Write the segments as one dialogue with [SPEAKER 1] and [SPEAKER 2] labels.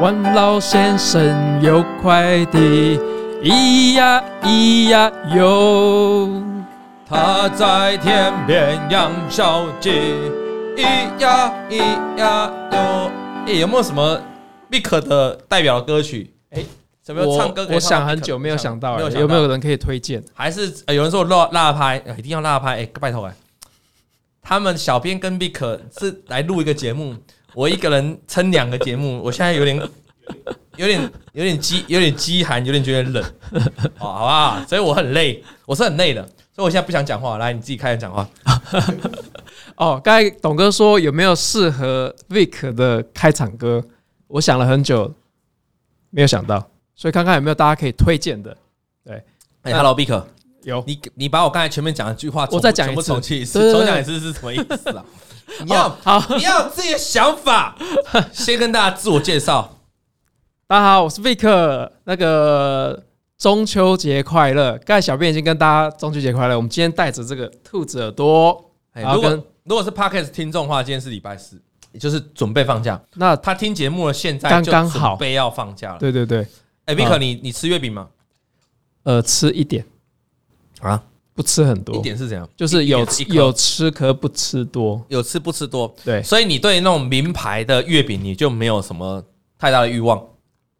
[SPEAKER 1] 王老先生有快递，咿呀咿呀哟。
[SPEAKER 2] 他在天边养小鸡，咿呀咿呀哟。哎，有没有什么 Big 的代表歌曲？哎，有没有唱歌可以唱到 Bic 的？
[SPEAKER 1] 我我想很久没有想到，哎
[SPEAKER 2] 没有
[SPEAKER 1] 有没有
[SPEAKER 2] 到？
[SPEAKER 1] 人可以推荐？
[SPEAKER 2] 还是呃有人说辣辣拍，哎一定要辣拍？哎，拜托哎，他们小编跟 Big 是来录一个节目，我一个人撑两个节目，我现在有点。有点有点饥有点饥寒，有点觉得冷，哦好吧，所以我很累，我是很累的，所以我现在不想讲话。来，你自己开始讲话。
[SPEAKER 1] 哦，刚才董哥说有没有适合 Vic 的开场歌？我想了很久，没有想到，所以看看有没有大家可以推荐的。
[SPEAKER 2] 哎、h e l l o Bick，
[SPEAKER 1] 有，
[SPEAKER 2] 你你把我刚才前面讲的句话重复，
[SPEAKER 1] 我再讲一次
[SPEAKER 2] 全部重启一
[SPEAKER 1] 对对
[SPEAKER 2] 次，
[SPEAKER 1] 对
[SPEAKER 2] 重讲一次是什么意思 啊？你要、
[SPEAKER 1] 好，
[SPEAKER 2] 你要有自己的想法，先跟大家自我介绍。
[SPEAKER 1] 大家好，我是 Vic。那个中秋节快乐！刚才小编已经跟大家中秋节快乐。我们今天带着这个兔子耳朵，
[SPEAKER 2] 哎
[SPEAKER 1] 然
[SPEAKER 2] 如
[SPEAKER 1] 后
[SPEAKER 2] 果
[SPEAKER 1] 跟
[SPEAKER 2] 如果是 Podcast 听众的话，今天是礼拜四，也就是准备放假。
[SPEAKER 1] 那
[SPEAKER 2] 他听节目了，现在
[SPEAKER 1] 刚
[SPEAKER 2] 就
[SPEAKER 1] 刚好
[SPEAKER 2] 准备要放假了。
[SPEAKER 1] 对对对，
[SPEAKER 2] 哎、b i c
[SPEAKER 1] 啊
[SPEAKER 2] k 你你吃月饼吗？
[SPEAKER 1] 呃，吃一点，
[SPEAKER 2] 啊，
[SPEAKER 1] 不吃很
[SPEAKER 2] 一
[SPEAKER 1] 多，
[SPEAKER 2] 点是怎样？
[SPEAKER 1] 就是
[SPEAKER 2] 一
[SPEAKER 1] 有
[SPEAKER 2] 点是一颗
[SPEAKER 1] 有吃可不吃多。
[SPEAKER 2] 有吃不吃多，
[SPEAKER 1] 对，
[SPEAKER 2] 所以你对那种名牌的月饼你就没有什么太大的欲望。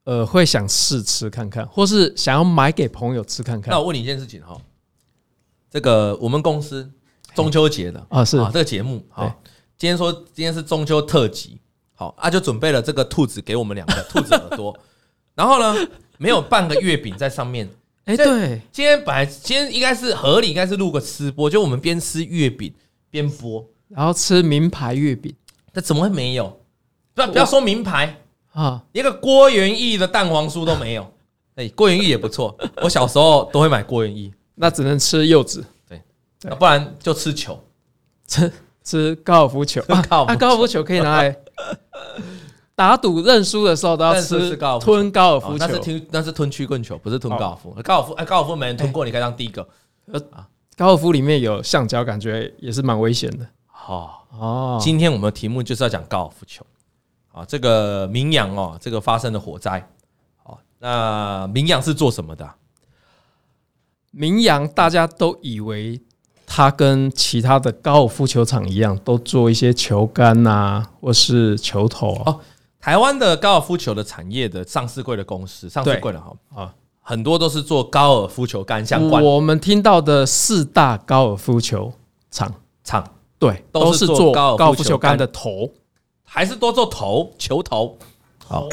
[SPEAKER 1] 呃，会想试吃看看，或是想要买给朋友吃看看
[SPEAKER 2] 那。我问你一件事情哈，这个我们公司中秋节的
[SPEAKER 1] 啊，是
[SPEAKER 2] 啊，这个节目
[SPEAKER 1] 对
[SPEAKER 2] 好，今天说今天是中秋特辑，好啊，就准备了这个兔子给我们两个兔子耳 朵，然后呢，没有半个月饼在上面。
[SPEAKER 1] 哎，
[SPEAKER 2] 这
[SPEAKER 1] 对，
[SPEAKER 2] 今天本来今天应该是合理，应该是录个吃播，就我们边吃月饼边播，
[SPEAKER 1] 然后吃名牌月饼
[SPEAKER 2] 那怎么会没 有？不要不要说名牌，
[SPEAKER 1] 啊，
[SPEAKER 2] 一个郭元益的蛋黄酥都没有。哎、郭元益也不错， 我小时候都会买郭元益，
[SPEAKER 1] 那只能吃柚子，对
[SPEAKER 2] 啊不然就吃球。
[SPEAKER 1] 吃吃高尔夫球啊
[SPEAKER 2] 高尔夫
[SPEAKER 1] 啊，
[SPEAKER 2] 球
[SPEAKER 1] 高尔夫球可以拿 来打赌认输的时候都要
[SPEAKER 2] 认输
[SPEAKER 1] 吃
[SPEAKER 2] 吃高尔夫球
[SPEAKER 1] 吞高尔
[SPEAKER 2] 哦
[SPEAKER 1] 夫，
[SPEAKER 2] 那是
[SPEAKER 1] 球。
[SPEAKER 2] 吞那是吞曲棍球，不是吞高尔夫。高尔夫哎，高尔夫没人吞过，你可以当第一个。
[SPEAKER 1] 高尔夫里面有橡胶，感觉也是蛮危险的
[SPEAKER 2] 哎好，
[SPEAKER 1] 哦。
[SPEAKER 2] 今天我们的题目就是要讲高尔夫球。啊，这个明阳哦，这个发生的火灾。好，那明阳是做什么的啊、
[SPEAKER 1] 名扬大家都以为它跟其他的高尔夫球场一样，都做一些球杆啊，或是球头啊。
[SPEAKER 2] 台湾的高尔夫球的产业的上市柜的公司，上市柜的哈
[SPEAKER 1] 啊
[SPEAKER 2] 啊，很多都是做高尔夫球杆相关
[SPEAKER 1] 嗯我们听到的四大高尔夫球场，
[SPEAKER 2] 厂，
[SPEAKER 1] 对，
[SPEAKER 2] 都
[SPEAKER 1] 都
[SPEAKER 2] 是
[SPEAKER 1] 是
[SPEAKER 2] 做
[SPEAKER 1] 做
[SPEAKER 2] 高尔夫
[SPEAKER 1] 高尔夫球
[SPEAKER 2] 球
[SPEAKER 1] 杆
[SPEAKER 2] 杆
[SPEAKER 1] 的头，
[SPEAKER 2] 还是多做头球头。好，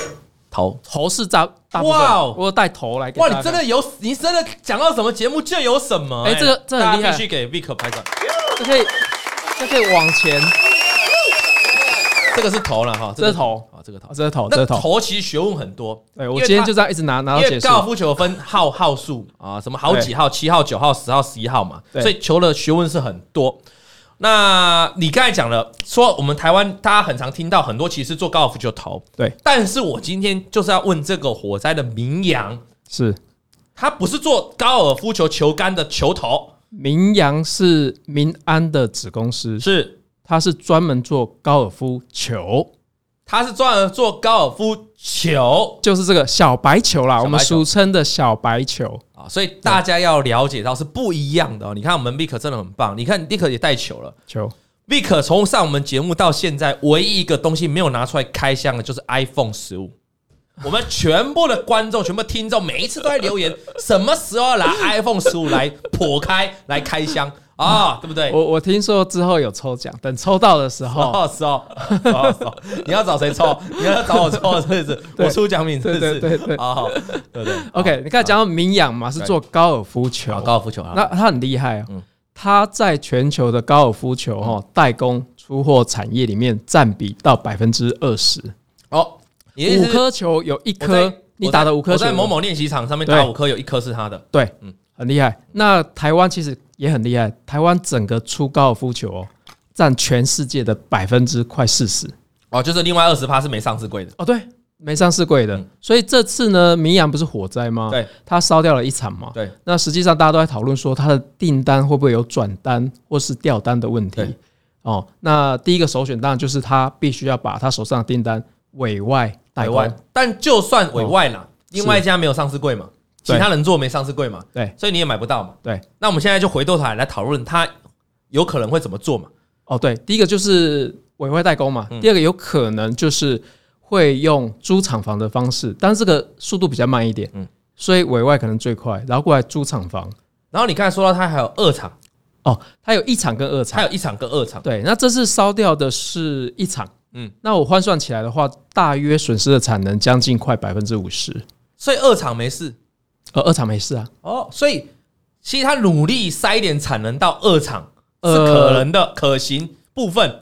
[SPEAKER 2] 头。
[SPEAKER 1] 头是大大部分
[SPEAKER 2] 哇哦
[SPEAKER 1] 我有带头来给
[SPEAKER 2] 哇，
[SPEAKER 1] 大家
[SPEAKER 2] 你真
[SPEAKER 1] 看
[SPEAKER 2] 的有，你真的讲到什么节目就有什么、
[SPEAKER 1] 哎这个这很厉害
[SPEAKER 2] 大家必须给 Vick 拍掌。
[SPEAKER 1] 这可以，这可以往前，
[SPEAKER 2] 这个是头了哈，
[SPEAKER 1] 这是头
[SPEAKER 2] 啊，这个头
[SPEAKER 1] 哦，这是头，这
[SPEAKER 2] 那
[SPEAKER 1] 是头。
[SPEAKER 2] 头其实学问很多，
[SPEAKER 1] 对
[SPEAKER 2] 因
[SPEAKER 1] 我
[SPEAKER 2] 为
[SPEAKER 1] 今天
[SPEAKER 2] 它
[SPEAKER 1] 就这样一直拿拿
[SPEAKER 2] 因
[SPEAKER 1] 到结
[SPEAKER 2] 为
[SPEAKER 1] 束
[SPEAKER 2] 高。尔夫球分号号数啊，什么好几号，七号、九号、十号、十一号嘛，
[SPEAKER 1] 对
[SPEAKER 2] 所以球的学问是很多。那你刚才讲了，说我们台湾大家很常听到很多其实做高尔夫球头，
[SPEAKER 1] 对，
[SPEAKER 2] 但是我今天就是要问这个火灾的名扬，
[SPEAKER 1] 是
[SPEAKER 2] 他不是做高尔夫球球杆的球头，
[SPEAKER 1] 明阳是民安的子公司，
[SPEAKER 2] 是
[SPEAKER 1] 它是专门做高尔夫球，
[SPEAKER 2] 他是专门做高尔夫球
[SPEAKER 1] 就是这个小白球啦，
[SPEAKER 2] 小白球
[SPEAKER 1] 我们俗称的小白球。
[SPEAKER 2] 啊，所以大家要了解到是不一样的哦。你看我们 Vick 真的很棒，你看 Vick 也带球了。
[SPEAKER 1] 球
[SPEAKER 2] Vick 从上我们节目到现在，唯一一个东西没有拿出来开箱的，就是 iPhone 十五。我们全部的观众、全部听众，每一次都在留言， 什么时候拿 iPhone 十五来破开、来开箱啊、对不对？
[SPEAKER 1] 我我听说之后有抽奖，等抽到的时候，
[SPEAKER 2] 哦，是哦，哦，是哦，你要找谁抽？你要找我抽，是不是？
[SPEAKER 1] 对
[SPEAKER 2] 我出奖品，是不
[SPEAKER 1] 对
[SPEAKER 2] 是？
[SPEAKER 1] 对对对
[SPEAKER 2] 啊，好对不对
[SPEAKER 1] OK，你刚才讲到明养嘛，是做高尔夫球
[SPEAKER 2] 好，，高尔夫球啊，
[SPEAKER 1] 那它很厉害哦
[SPEAKER 2] 嗯。
[SPEAKER 1] 它在全球的高尔夫球哦代工出货产业里面占比到百分之二十，
[SPEAKER 2] 哦，你的意思
[SPEAKER 1] 五
[SPEAKER 2] 是
[SPEAKER 1] 颗球有一
[SPEAKER 2] 我在
[SPEAKER 1] 颗你打的五颗
[SPEAKER 2] 我
[SPEAKER 1] 球
[SPEAKER 2] 在
[SPEAKER 1] 有，
[SPEAKER 2] 某某练习场上面打
[SPEAKER 1] 对
[SPEAKER 2] 五颗，有一颗是他的。
[SPEAKER 1] 对，
[SPEAKER 2] 嗯
[SPEAKER 1] 很厉害。那台湾其实也很厉害，台湾整个出高尔夫球哦，占全世界的百分之快四十。
[SPEAKER 2] 哦，就是另外二十趴是没上市柜的。
[SPEAKER 1] 哦，对，没上市柜的。
[SPEAKER 2] 嗯
[SPEAKER 1] 所以这次呢，明阳不是火灾吗？
[SPEAKER 2] 对，
[SPEAKER 1] 它烧掉了一场嘛。
[SPEAKER 2] 对，
[SPEAKER 1] 那实际上大家都在讨论说，它的订单会不会有转单或是掉单的问题
[SPEAKER 2] 对？
[SPEAKER 1] 哦，那第一个首选当然就是他必须要把他手上的订单委外台
[SPEAKER 2] 委
[SPEAKER 1] 湾
[SPEAKER 2] 外，但就算委外啦，另外一家没有上市柜嘛，
[SPEAKER 1] 哦对
[SPEAKER 2] 其他人做没上市柜嘛，
[SPEAKER 1] 对，
[SPEAKER 2] 所以你也买不到嘛。
[SPEAKER 1] 对，
[SPEAKER 2] 那我们现在就回过头来来讨论它有可能会怎么做嘛？
[SPEAKER 1] 哦，对，第一个就是委外代工嘛，
[SPEAKER 2] 嗯
[SPEAKER 1] 第二个有可能就是会用租厂房的方式，但这个速度比较慢一点，
[SPEAKER 2] 嗯
[SPEAKER 1] 所以委外可能最快，然后过来租厂房。
[SPEAKER 2] 然后你刚才说到它还有二厂，
[SPEAKER 1] 哦，它有一厂跟二
[SPEAKER 2] 它
[SPEAKER 1] 厂，
[SPEAKER 2] 有一厂跟二厂，
[SPEAKER 1] 对，那这次烧掉的是一厂，
[SPEAKER 2] 嗯
[SPEAKER 1] 嗯，那我换算起来的话，大约损失的产能将近快百分之五十，
[SPEAKER 2] 所以二厂没事
[SPEAKER 1] 呃，二厂没事啊，
[SPEAKER 2] 哦。所以其实它努力塞一点产能到二厂是
[SPEAKER 1] 呃
[SPEAKER 2] 可能的、可行部分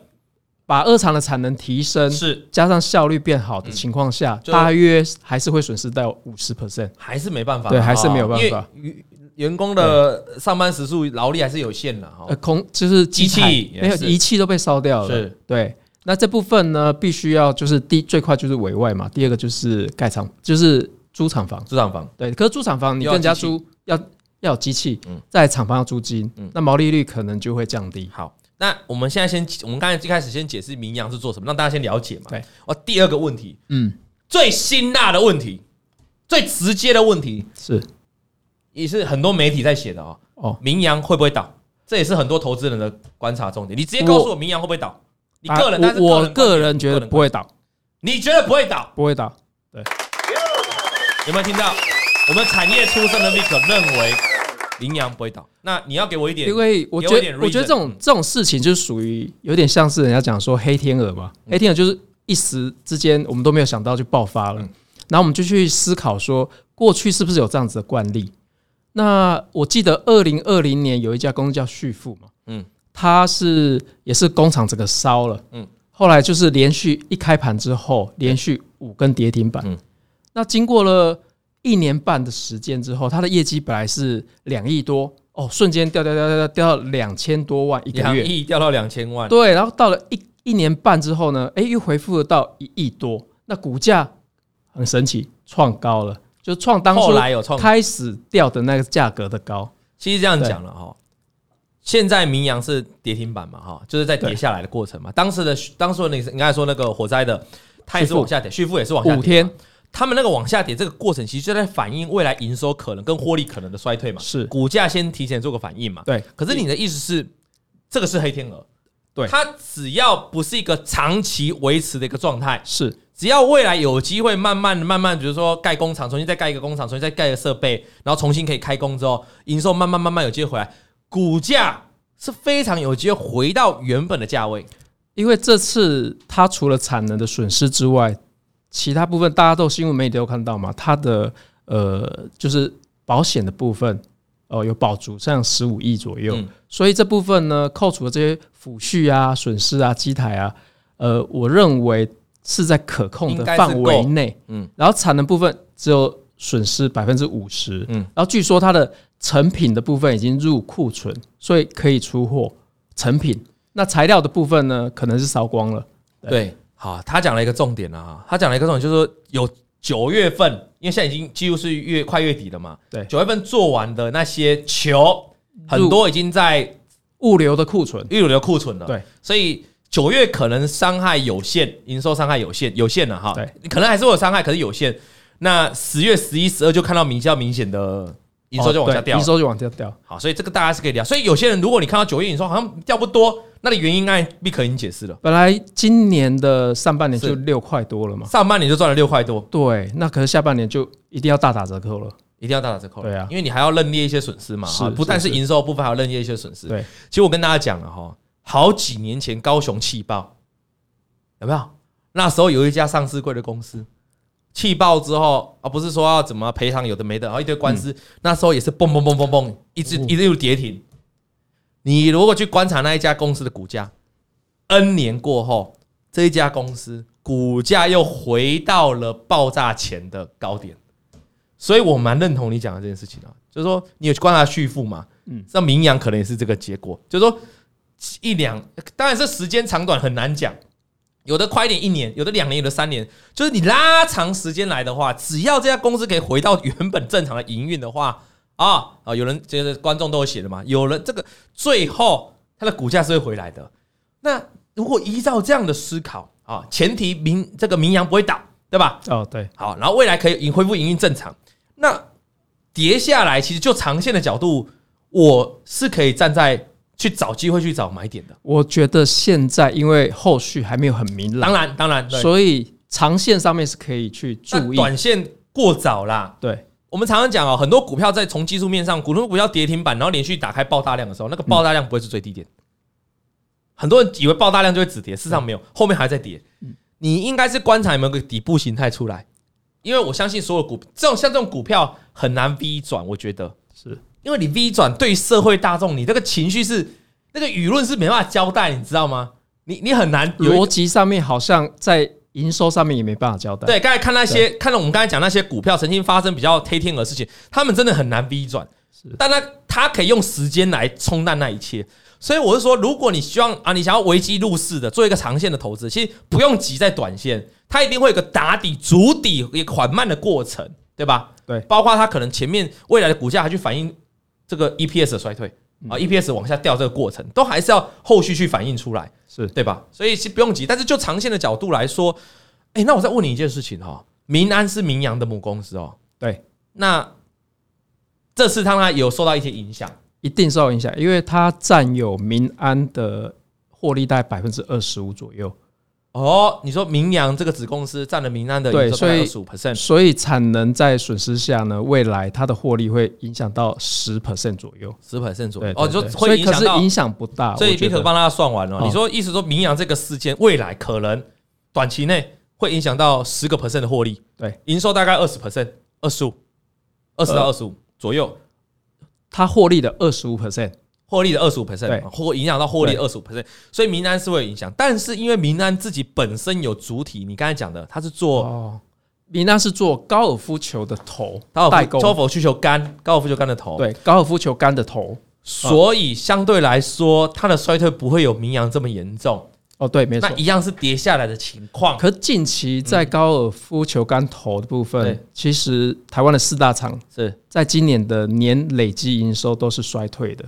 [SPEAKER 1] 把二厂的产能提升，
[SPEAKER 2] 是
[SPEAKER 1] 加上效率变好的情况下，
[SPEAKER 2] 就
[SPEAKER 1] 大约还是会损失到五十 percent。
[SPEAKER 2] 还是没办法，
[SPEAKER 1] 对还是没有办法
[SPEAKER 2] 哦。因为员员工的上班时数劳力还是有限的哈
[SPEAKER 1] 呃，。空就是
[SPEAKER 2] 机哦器
[SPEAKER 1] 台
[SPEAKER 2] 也
[SPEAKER 1] 没有
[SPEAKER 2] 是
[SPEAKER 1] 仪器都被烧掉了，
[SPEAKER 2] 是
[SPEAKER 1] 对。那这部分呢，必须要就是第最快就是委外嘛，第二个就是盖厂，就是租厂房，
[SPEAKER 2] 租厂房
[SPEAKER 1] 对。可是租厂房你
[SPEAKER 2] 要
[SPEAKER 1] 跟人家
[SPEAKER 2] 机器
[SPEAKER 1] 租要要有机器
[SPEAKER 2] 嗯，
[SPEAKER 1] 在厂房要租金
[SPEAKER 2] 嗯，
[SPEAKER 1] 那毛利率可能就会降低。
[SPEAKER 2] 好，那我们现在先，我们刚才一开始先解释名扬是做什么，让大家先了解嘛。
[SPEAKER 1] 对，
[SPEAKER 2] 哦，第二个问题，
[SPEAKER 1] 嗯，
[SPEAKER 2] 最辛辣的问题，最直接的问题，
[SPEAKER 1] 是
[SPEAKER 2] 也是很多媒体在写的哦。
[SPEAKER 1] 哦，
[SPEAKER 2] 名扬会不会倒？这也是很多投资人的观察重点。你直接告诉我名扬会不会倒？你个人，
[SPEAKER 1] 啊
[SPEAKER 2] 但是
[SPEAKER 1] 我我
[SPEAKER 2] 观
[SPEAKER 1] 个
[SPEAKER 2] 点
[SPEAKER 1] 人觉得不，
[SPEAKER 2] 你
[SPEAKER 1] 会倒，
[SPEAKER 2] 你觉得不会倒？
[SPEAKER 1] 不会倒。
[SPEAKER 2] 有没有听到？我们产业出身的 Vick 认为名扬不会倒。那你要给我一点
[SPEAKER 1] 因，为我
[SPEAKER 2] 给
[SPEAKER 1] 觉
[SPEAKER 2] 我一点
[SPEAKER 1] 得，我觉
[SPEAKER 2] reason，
[SPEAKER 1] 得这种
[SPEAKER 2] 嗯
[SPEAKER 1] 这种事情就是属于有点像是人家讲说黑天鹅嘛，
[SPEAKER 2] 嗯
[SPEAKER 1] 黑天鹅就是一时之间我们都没有想到就爆发了，
[SPEAKER 2] 嗯
[SPEAKER 1] 然后我们就去思考说过去是不是有这样子的惯例？那我记得二零二零年有一家公司叫旭富嘛，
[SPEAKER 2] 嗯
[SPEAKER 1] 嗯，它是也是工厂整个烧了，
[SPEAKER 2] 嗯
[SPEAKER 1] 嗯，后来就是连续一开盘之后连续五根跌停板，
[SPEAKER 2] 嗯
[SPEAKER 1] 那经过了。一年半的时间之后，它的业绩本来是两亿多，哦，瞬间掉掉掉掉掉掉到两千多万一个
[SPEAKER 2] 两
[SPEAKER 1] 月，
[SPEAKER 2] 亿掉到两千万，
[SPEAKER 1] 对，然后到了一一年半之后呢，哎，又恢复了到一亿多，那股价很神奇，创高了，就创当
[SPEAKER 2] 后
[SPEAKER 1] 初
[SPEAKER 2] 来有创
[SPEAKER 1] 开始掉的那个价格的高，
[SPEAKER 2] 其实这样讲了哈，现在民阳是跌停板嘛哈，就是在跌下来的过程嘛。当时的当时的那个你刚才说那个火灾的，它也是
[SPEAKER 1] 旭富
[SPEAKER 2] 往下跌，旭富也是哦往下跌
[SPEAKER 1] 五
[SPEAKER 2] 嘛。
[SPEAKER 1] 天
[SPEAKER 2] 他们那个往下跌这个过程，其实就在反映未来营收可能跟获利可能的衰退嘛，
[SPEAKER 1] 是
[SPEAKER 2] 股价先提前做个反应嘛。
[SPEAKER 1] 对，
[SPEAKER 2] 可是你的意思是，这个是黑天鹅，
[SPEAKER 1] 对
[SPEAKER 2] 它只要不是一个长期维持的一个状态，
[SPEAKER 1] 是
[SPEAKER 2] 只要未来有机会慢慢地慢慢，比如说盖工厂，重新再盖一个工厂，重新再盖一个设备，然后重新可以开工之后，营收慢慢慢慢有机会回来，股价是非常有机会回到原本的价位。
[SPEAKER 1] 因为这次它除了产能的损失之外，其他部分大家都新闻媒体都有看到嘛，它的呃就是保险的部分哦、有保足，像十五亿左右，
[SPEAKER 2] 嗯
[SPEAKER 1] 所以这部分呢扣除了这些抚恤啊、损失啊、机台啊，呃，我认为是在可控
[SPEAKER 2] 应
[SPEAKER 1] 的
[SPEAKER 2] 该是
[SPEAKER 1] 范围内，
[SPEAKER 2] 嗯
[SPEAKER 1] 嗯，然后产能部分只有损失百分之五十，
[SPEAKER 2] 嗯
[SPEAKER 1] 嗯，然后据说它的成品的部分已经入库存，所以可以出货成品。那材料的部分呢，可能是烧光了。对
[SPEAKER 2] 对，好，他讲了一个重点啊，他讲了一个重点，就是说有九月份，因为现在已经几乎是月快月底了嘛，
[SPEAKER 1] 对
[SPEAKER 2] 九月份做完的那些球，很多已经在
[SPEAKER 1] 物流的库存，
[SPEAKER 2] 预留的库存了，
[SPEAKER 1] 对，
[SPEAKER 2] 所以九月可能伤害有限，营收伤害有限，有限了哈，
[SPEAKER 1] 对，
[SPEAKER 2] 可能还是会有伤害，可是有限。那十月、十一、十二就看到明较明显的营收就往下
[SPEAKER 1] 哦对
[SPEAKER 2] 掉了
[SPEAKER 1] 营收就往下掉。
[SPEAKER 2] 好，所以这个大家是可以聊。所以有些人，如果你看到九月营收好像掉不多，那你原因按立刻已经解释了，
[SPEAKER 1] 本来今年的上半年
[SPEAKER 2] 是
[SPEAKER 1] 就六块多了嘛，
[SPEAKER 2] 上半年就赚了六块多，
[SPEAKER 1] 对，那可是下半年就一定要大打折扣了。
[SPEAKER 2] 一定要大打折扣了。
[SPEAKER 1] 对啊
[SPEAKER 2] 因为你还要认列一些损失嘛，
[SPEAKER 1] 是
[SPEAKER 2] 哈不但是
[SPEAKER 1] 是是
[SPEAKER 2] 营收部分，还要认列一些损失。
[SPEAKER 1] 对，
[SPEAKER 2] 其实我跟大家讲了哈，好几年前高雄气爆，有没有？那时候有一家上市贵的公司气爆之后啊，不是说要怎么赔偿有的没的，然后一堆官司，那时候也是蹦蹦蹦蹦蹦，一直
[SPEAKER 1] 哦
[SPEAKER 2] 一路跌停。你如果去观察那一家公司的股价，N 年过后，这一家公司股价又回到了爆炸前的高点。所以我蛮认同你讲的这件事情啊，就是说你有去观察续付嘛，嗯
[SPEAKER 1] 嗯，
[SPEAKER 2] 那名扬可能也是这个结果，就是说一两，当然这时间长短很难讲，有的快一点一年，有的两年，有的三年，就是你拉长时间来的话，只要这家公司可以回到原本正常的营运的话，啊啊，有人就是观众都有写的嘛，有人这个最后它的股价是会回来的。那如果依照这样的思考啊，前提明这个名扬不会倒，对吧？
[SPEAKER 1] 哦，对，
[SPEAKER 2] 好，然后未来可以恢复营运正常。那跌下来，其实就长线的角度，我是可以站在去找机会去找买点的。
[SPEAKER 1] 我觉得现在因为后续还没有很明
[SPEAKER 2] 当
[SPEAKER 1] 朗，
[SPEAKER 2] 然，当然，对
[SPEAKER 1] 所以长线上面是可以去
[SPEAKER 2] 但
[SPEAKER 1] 注意。
[SPEAKER 2] 短线过早啦。
[SPEAKER 1] 对，
[SPEAKER 2] 我们常常讲哦，很多股票在从技术面上，股东股票跌停板，然后连续打开爆大量的时候，那个爆大量不会是最低
[SPEAKER 1] 嗯
[SPEAKER 2] 点。很多人以为爆大量就会止跌，事实上没
[SPEAKER 1] 嗯
[SPEAKER 2] 有，后面还在跌。你应该是观察有没有个底部形态出来，因为我相信所有股这种像这种股票很难 V 转，我觉得
[SPEAKER 1] 是
[SPEAKER 2] 因为你 V 转对于社会大众，你这个情绪是那个舆论是没办法交代，你知道吗？你你很难有一个
[SPEAKER 1] 逻辑上面好像在营收上面也没办法交代。
[SPEAKER 2] 对，刚才看那些，看了我们刚才讲那些股票曾经发生比较黑天鹅的事情，他们真的很难 V 转，但他他可以用时间来冲淡那一切。所以我是说，如果你希望啊，你想要危机入市的，做一个长线的投资，其实不用急在短线，它一定会有个打底、筑底、也缓慢的过程，对吧？
[SPEAKER 1] 对
[SPEAKER 2] 包括它可能前面未来的股价还去反映这个 EPS 的衰退啊，EPS 往下掉这个过程，都还是要后续去反映出来。
[SPEAKER 1] 是
[SPEAKER 2] 对吧？所以是不用急，但是就长线的角度来说，哎、那我再问你一件事情哈、哦，民安是明阳的母公司哦，
[SPEAKER 1] 对，
[SPEAKER 2] 那这次当然有受到一些影响，
[SPEAKER 1] 一定受到影响，因为它占有民安的获利大概百分之二十五左右，
[SPEAKER 2] 哦，你说明阳这个子公司占了民安的
[SPEAKER 1] 对
[SPEAKER 2] 营收大概二十
[SPEAKER 1] 所
[SPEAKER 2] 五 percent，
[SPEAKER 1] 所以产能在损失下呢，未来它的获利会影响到十 percent 左右。
[SPEAKER 2] 十 percent 左
[SPEAKER 1] 对，
[SPEAKER 2] 右，哦，你
[SPEAKER 1] 对
[SPEAKER 2] 说
[SPEAKER 1] 对所
[SPEAKER 2] 会
[SPEAKER 1] 以
[SPEAKER 2] 影
[SPEAKER 1] 可
[SPEAKER 2] 响
[SPEAKER 1] 是
[SPEAKER 2] 到，
[SPEAKER 1] 影响不大，
[SPEAKER 2] 所以
[SPEAKER 1] 我觉
[SPEAKER 2] b
[SPEAKER 1] 得
[SPEAKER 2] i 帮他算完了、
[SPEAKER 1] 哦
[SPEAKER 2] 你说意思说明阳这个事件未来可能短期内会影响到十个 percent 的获利，
[SPEAKER 1] 对，
[SPEAKER 2] 营收大概二十 percent，二十五，二十到二十
[SPEAKER 1] 呃
[SPEAKER 2] 五左右，
[SPEAKER 1] 它获利的二十五 percent，
[SPEAKER 2] 获利的二十五
[SPEAKER 1] 对
[SPEAKER 2] percent，或影响到获利二十五 percent，所以民安是会有影响。但是因为民安自己本身有主体，你刚才讲的，它是做
[SPEAKER 1] 哦，民安是做高尔夫球的头
[SPEAKER 2] 高尔
[SPEAKER 1] 代
[SPEAKER 2] 夫高尔
[SPEAKER 1] 工，
[SPEAKER 2] 夫球杆、高尔夫球杆的头，，
[SPEAKER 1] 对，高尔夫球杆的头。
[SPEAKER 2] 所以相对来说，它的衰退不会有民阳这么严重，
[SPEAKER 1] 哦，对，没错
[SPEAKER 2] 那。一样是跌下来的情况。
[SPEAKER 1] 可近期在高尔夫球杆头的部分，
[SPEAKER 2] 嗯对
[SPEAKER 1] 其实台湾的四大厂
[SPEAKER 2] 是
[SPEAKER 1] 在今年的年累计营收都是衰退的。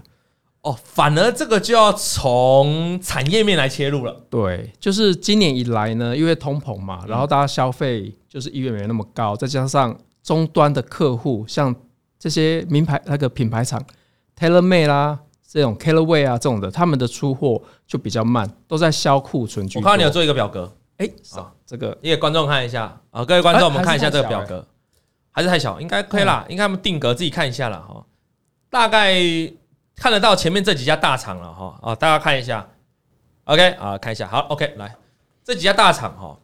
[SPEAKER 2] 哦，反而这个就要从产业面来切入了。
[SPEAKER 1] 对，就是今年以来呢，因为通膨
[SPEAKER 2] 嗯
[SPEAKER 1] 嘛，然后大家消费就是意愿没那么高，再加上终端的客户，像这些名牌那个品牌厂，TaylorMade 啦，这种 Callaway 啊这种的，他们的出货就比较慢，都在销库存居
[SPEAKER 2] 我
[SPEAKER 1] 多。
[SPEAKER 2] 哦看到你有做一个表格，
[SPEAKER 1] 哎、
[SPEAKER 2] 啊
[SPEAKER 1] 这个
[SPEAKER 2] 也给观众看一下啊，各位观
[SPEAKER 1] 哎
[SPEAKER 2] 众，我们看一下这个
[SPEAKER 1] 还是太
[SPEAKER 2] 表
[SPEAKER 1] 小嗯
[SPEAKER 2] 格，还是太小，应该可以啦，应该他们定格自己看一下了哈。大概看得到前面这几家大厂了哈啊，大家看一下，OK 啊，看一下，好，OK，来这几家大厂哈，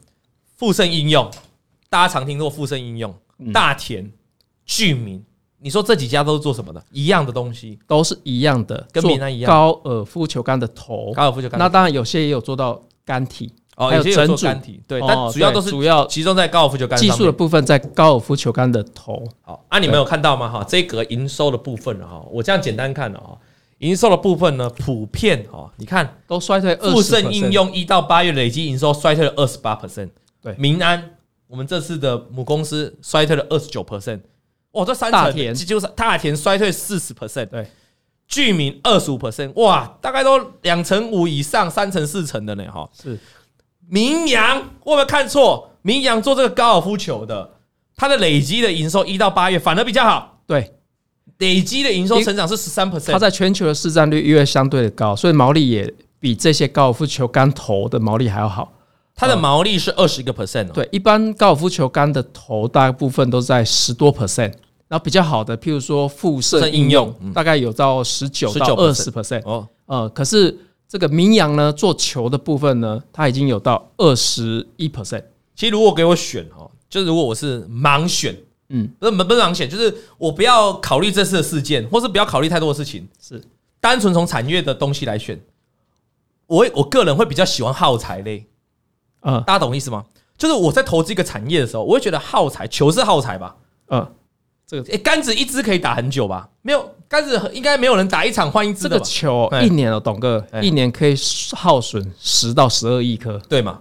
[SPEAKER 2] 富盛应用，大家常听过富盛应用、
[SPEAKER 1] 嗯
[SPEAKER 2] 大田、聚明，你说这几家都是做什么的？一样的东西，
[SPEAKER 1] 都是一样的，
[SPEAKER 2] 跟
[SPEAKER 1] 做
[SPEAKER 2] 闽南一样
[SPEAKER 1] 高尔夫球杆的头。
[SPEAKER 2] 高尔夫就干
[SPEAKER 1] 哦那当然有些也有做到杆体，
[SPEAKER 2] 哦，
[SPEAKER 1] 还有
[SPEAKER 2] 有些有做
[SPEAKER 1] 整组
[SPEAKER 2] 干体，对，
[SPEAKER 1] 哦
[SPEAKER 2] 但主要
[SPEAKER 1] 对
[SPEAKER 2] 都是
[SPEAKER 1] 主要
[SPEAKER 2] 集中在高尔夫球杆上
[SPEAKER 1] 技
[SPEAKER 2] 面。
[SPEAKER 1] 术的部分在高尔夫球杆的头。
[SPEAKER 2] 好啊，你们有看到吗？哈，这一格营收的部分了哈，我这样简单看了哈，营收的部分呢，普遍哈，你看
[SPEAKER 1] 都衰退二十。
[SPEAKER 2] 富盛应用一到八月累计营收衰退了二十八 percent，
[SPEAKER 1] 对
[SPEAKER 2] 民安我们这次的母公司衰退了二十九 percent，哇，这三
[SPEAKER 1] 大
[SPEAKER 2] 成
[SPEAKER 1] 田
[SPEAKER 2] 就是大田衰退四十 percent，
[SPEAKER 1] 对，
[SPEAKER 2] 居民二十五 percent，哇，大概都两成五以上，三成四成的呢哈，
[SPEAKER 1] 是
[SPEAKER 2] 明阳，我有没有看错？明阳做这个高尔夫球的，它的累积的营收一到八月反而比较好。
[SPEAKER 1] 对，
[SPEAKER 2] 累积的营收成长是十三
[SPEAKER 1] 它
[SPEAKER 2] percent，
[SPEAKER 1] 在全球的市占率因为相对的高，所以毛利也比这些高尔夫球杆头的毛利还要好。
[SPEAKER 2] 它的毛利是二十个 percent 哦。
[SPEAKER 1] 哦对，一般高尔夫球杆的头大部分都在十多 percent，然后比较好的，譬如说富
[SPEAKER 2] 富
[SPEAKER 1] 盛
[SPEAKER 2] 盛应
[SPEAKER 1] 应
[SPEAKER 2] 用
[SPEAKER 1] 用，
[SPEAKER 2] 嗯
[SPEAKER 1] 大概有到十九到二十 percent。
[SPEAKER 2] 哦，
[SPEAKER 1] 呃，可是这个民阳呢，做球的部分呢，它已经有到二十一 percent。
[SPEAKER 2] 其实如果给我选哦，就是如果我是盲选，
[SPEAKER 1] 嗯
[SPEAKER 2] 不是不是盲选，就是我不要考虑这次的事件，或是不要考虑太多的事情，
[SPEAKER 1] 是
[SPEAKER 2] 单纯从产业的东西来选。我会我个人会比较喜欢耗材类，
[SPEAKER 1] 呃
[SPEAKER 2] 大家懂我意思吗？就是我在投资一个产业的时候，我会觉得耗材球是耗材吧，
[SPEAKER 1] 呃，
[SPEAKER 2] 诶，杆子一支可以打很久吧？没有杆子很应该没有人打一场换一支
[SPEAKER 1] 这
[SPEAKER 2] 的
[SPEAKER 1] 个
[SPEAKER 2] 吧？
[SPEAKER 1] 球
[SPEAKER 2] 哎
[SPEAKER 1] 一年哦，董哥
[SPEAKER 2] 哎，
[SPEAKER 1] 一年可以耗损十到十二亿颗。
[SPEAKER 2] 对嘛？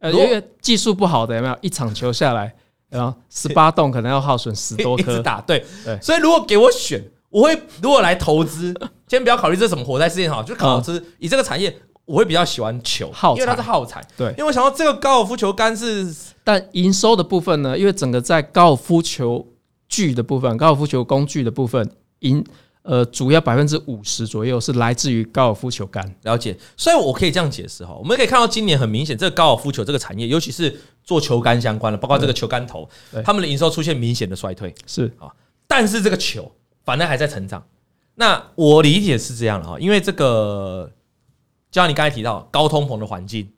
[SPEAKER 1] 呃，
[SPEAKER 2] 如
[SPEAKER 1] 因
[SPEAKER 2] 果
[SPEAKER 1] 为技术不好的有没有一场球下来，然后十八洞可能要耗损十 多
[SPEAKER 2] 一直
[SPEAKER 1] 颗。
[SPEAKER 2] 打对。
[SPEAKER 1] 对
[SPEAKER 2] 所以如果给我 选，我会如果来投资，先不要考虑这是什么火灾事件哈，就考虑以这个产业，我会比较喜欢球，
[SPEAKER 1] 嗯耗
[SPEAKER 2] 因为它是
[SPEAKER 1] 材
[SPEAKER 2] 耗材。
[SPEAKER 1] 对
[SPEAKER 2] 因为我想到这个高尔夫球杆是
[SPEAKER 1] 但营收的部分呢，因为整个在高尔夫球具的部分、高尔夫球工具的部分，营呃主要百分之五十左右是来自于高尔夫球杆。
[SPEAKER 2] 了解，所以我可以这样解释哈，我们可以看到今年很明显，这个高尔夫球这个产业，尤其是做球杆相关的，包括这个球杆头
[SPEAKER 1] 对，
[SPEAKER 2] 他们的营收出现明显的衰退，
[SPEAKER 1] 是
[SPEAKER 2] 但是这个球反而还在成长。那我理解是这样的哈，因为这个，就像你刚才提到高通膨的环境，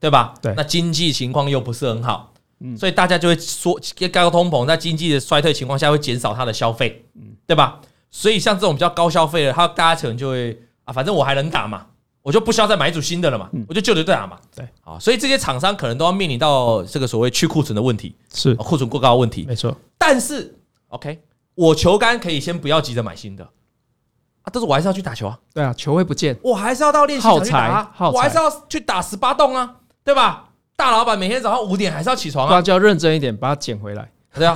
[SPEAKER 2] 对吧？
[SPEAKER 1] 对嗯
[SPEAKER 2] 那经济情况又不是很好，所以大家就会说，高通膨在经济的衰退情况下会减少它的消费，对吧？所以像这种比较高消费的，他大家可能就会啊，反正我还能打嘛，我就不需要再买一组新的了嘛，我就旧的就打嘛。
[SPEAKER 1] 嗯对，
[SPEAKER 2] 啊，所以这些厂商可能都要面临到这个所谓去库存的问题，
[SPEAKER 1] 是
[SPEAKER 2] 啊，库存过高的问题。
[SPEAKER 1] 没错，
[SPEAKER 2] 但是 OK，我球杆可以先不要急着买新的啊，但是我还是要去打球啊，
[SPEAKER 1] 对啊，球会不见，
[SPEAKER 2] 我还是要到练习场去打啊，
[SPEAKER 1] 耗材耗材
[SPEAKER 2] 我还是要去打十八洞啊，对吧？大老板每天早上五点还是要起床
[SPEAKER 1] 不
[SPEAKER 2] 啊，
[SPEAKER 1] 然就要认真一点把它捡回来。
[SPEAKER 2] 对啊，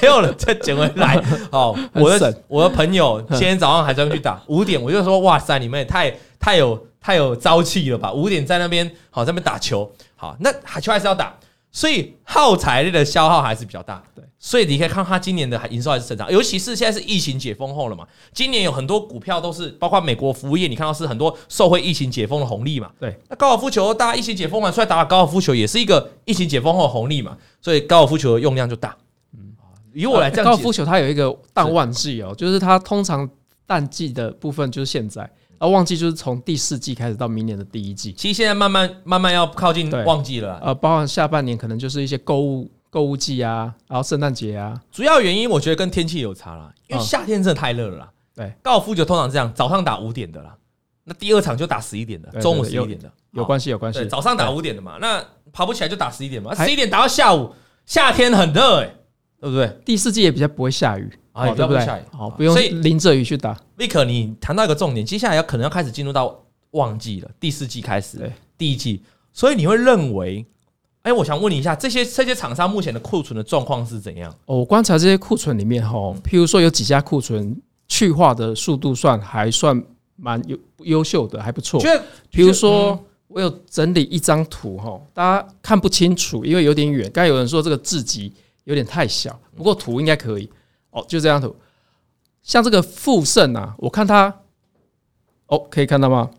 [SPEAKER 2] 没有人再捡回 来。哦，
[SPEAKER 1] 很
[SPEAKER 2] 我的
[SPEAKER 1] 省嗯
[SPEAKER 2] 我的朋友今天早上还专门去打五点，我就说哇塞，你们也太太有太有朝气了吧？五点在那边好在那边打球，好那球还是要打，所以耗材类的消耗还是比较大。
[SPEAKER 1] 对，
[SPEAKER 2] 所以你可以看它今年的营收还是成长，尤其是现在是疫情解封后了嘛，今年有很多股票都是包括美国服务业，你看到是很多受惠疫情解封的红利嘛。
[SPEAKER 1] 对，
[SPEAKER 2] 那高尔夫球大家疫情解封完出来打打高尔夫球，也是一个疫情解封后的红利嘛，所以高尔夫球的用量就大。嗯，以我来这
[SPEAKER 1] 哎
[SPEAKER 2] 样
[SPEAKER 1] 高尔
[SPEAKER 2] 解
[SPEAKER 1] 夫球它有一个淡旺季哦，就是它通常淡季的部分就是现在，而旺季就是从第四季开始到明年的第一季，
[SPEAKER 2] 其实现在慢慢慢慢要靠近
[SPEAKER 1] 对
[SPEAKER 2] 旺季了啦，
[SPEAKER 1] 呃，包含下半年可能就是一些购物购物季啊，然后圣诞节啊，
[SPEAKER 2] 主要原因我觉得跟天气有差啦，因为
[SPEAKER 1] 嗯
[SPEAKER 2] 夏天真的太热了啦。
[SPEAKER 1] 对，
[SPEAKER 2] 高尔夫球通常这样，早上打五点的啦，那第二场就打十一点的，
[SPEAKER 1] 对对
[SPEAKER 2] 中午
[SPEAKER 1] 对
[SPEAKER 2] 十一点的
[SPEAKER 1] 有
[SPEAKER 2] 好
[SPEAKER 1] 关系有关系
[SPEAKER 2] 对，。早上打五点的嘛，那爬不起来就打十一点嘛，
[SPEAKER 1] 还
[SPEAKER 2] 十一点打到下午，夏天很热哎，对不对？
[SPEAKER 1] 第四季也比较不会下雨，
[SPEAKER 2] 啊也
[SPEAKER 1] 哦
[SPEAKER 2] 比
[SPEAKER 1] 对
[SPEAKER 2] 较
[SPEAKER 1] 不
[SPEAKER 2] 不会
[SPEAKER 1] 对
[SPEAKER 2] 下雨？
[SPEAKER 1] 好，
[SPEAKER 2] 啊
[SPEAKER 1] 不用
[SPEAKER 2] 所以
[SPEAKER 1] 淋着雨去打。
[SPEAKER 2] Vick，你谈到一个重点，接下来要可能要开始进入到旺季了，第四季开始
[SPEAKER 1] 对，
[SPEAKER 2] 第一季，所以你会认为，哎、我想问你一下，这些这些厂商目前的库存的状况是怎样？
[SPEAKER 1] 哦，我观察这些库存里面哈，
[SPEAKER 2] 嗯
[SPEAKER 1] 譬如说有几家库存去化的速度算还算蛮优优秀的，还不错
[SPEAKER 2] 觉。得，
[SPEAKER 1] 哦
[SPEAKER 2] 嗯
[SPEAKER 1] 比如说，我有整理一张图哈，大家看不清楚，因为有点远。刚才有人说这个字级有点太小，不过图应该可以。哦，就这张图，像这个富盛啊，我看它，哦，可以看到吗？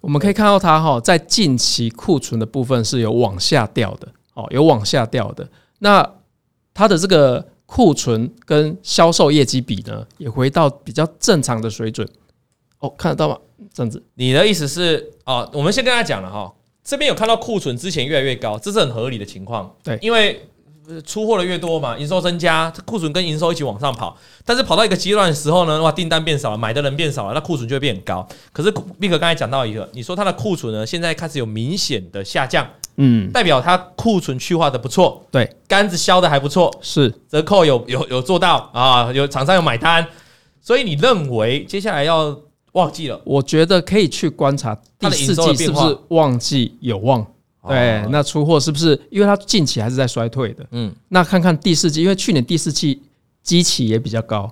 [SPEAKER 1] 我们可以看到它哈，在近期库存的部分是有往下掉的，哦，有往下掉的。那它的这个库存跟销售业绩比呢，也回到比较正常的水准。哦，看得到吗？这样子，
[SPEAKER 2] 你的意思是，哦，我们先跟大家讲了哈，这边有看到库存之前越来越高，这是很合理的情况，
[SPEAKER 1] 对
[SPEAKER 2] 因为。呃出货的越多嘛，营收增加，库存跟营收一起往上跑。但是跑到一个阶段的时候呢，哇，订单变少了，买的人变少了，那库存就会变高。可是毕哥刚才讲到一个，你说它的库存呢，现在开始有明显的下降，
[SPEAKER 1] 嗯，
[SPEAKER 2] 代表它库存去化的不错，
[SPEAKER 1] 对，
[SPEAKER 2] 杆子销的还不错，
[SPEAKER 1] 是
[SPEAKER 2] 折扣有有有做到啊，有厂商有买单，所以你认为接下来要旺季了？
[SPEAKER 1] 我觉得可以去观察第四
[SPEAKER 2] 它的营收的
[SPEAKER 1] 季
[SPEAKER 2] 变
[SPEAKER 1] 是不
[SPEAKER 2] 化
[SPEAKER 1] 是旺季有望。对
[SPEAKER 2] 哦，
[SPEAKER 1] 那出货是不是？因为它近期还是在衰退的。
[SPEAKER 2] 嗯，
[SPEAKER 1] 那看看第四季，因为去年第四季基期也比较高，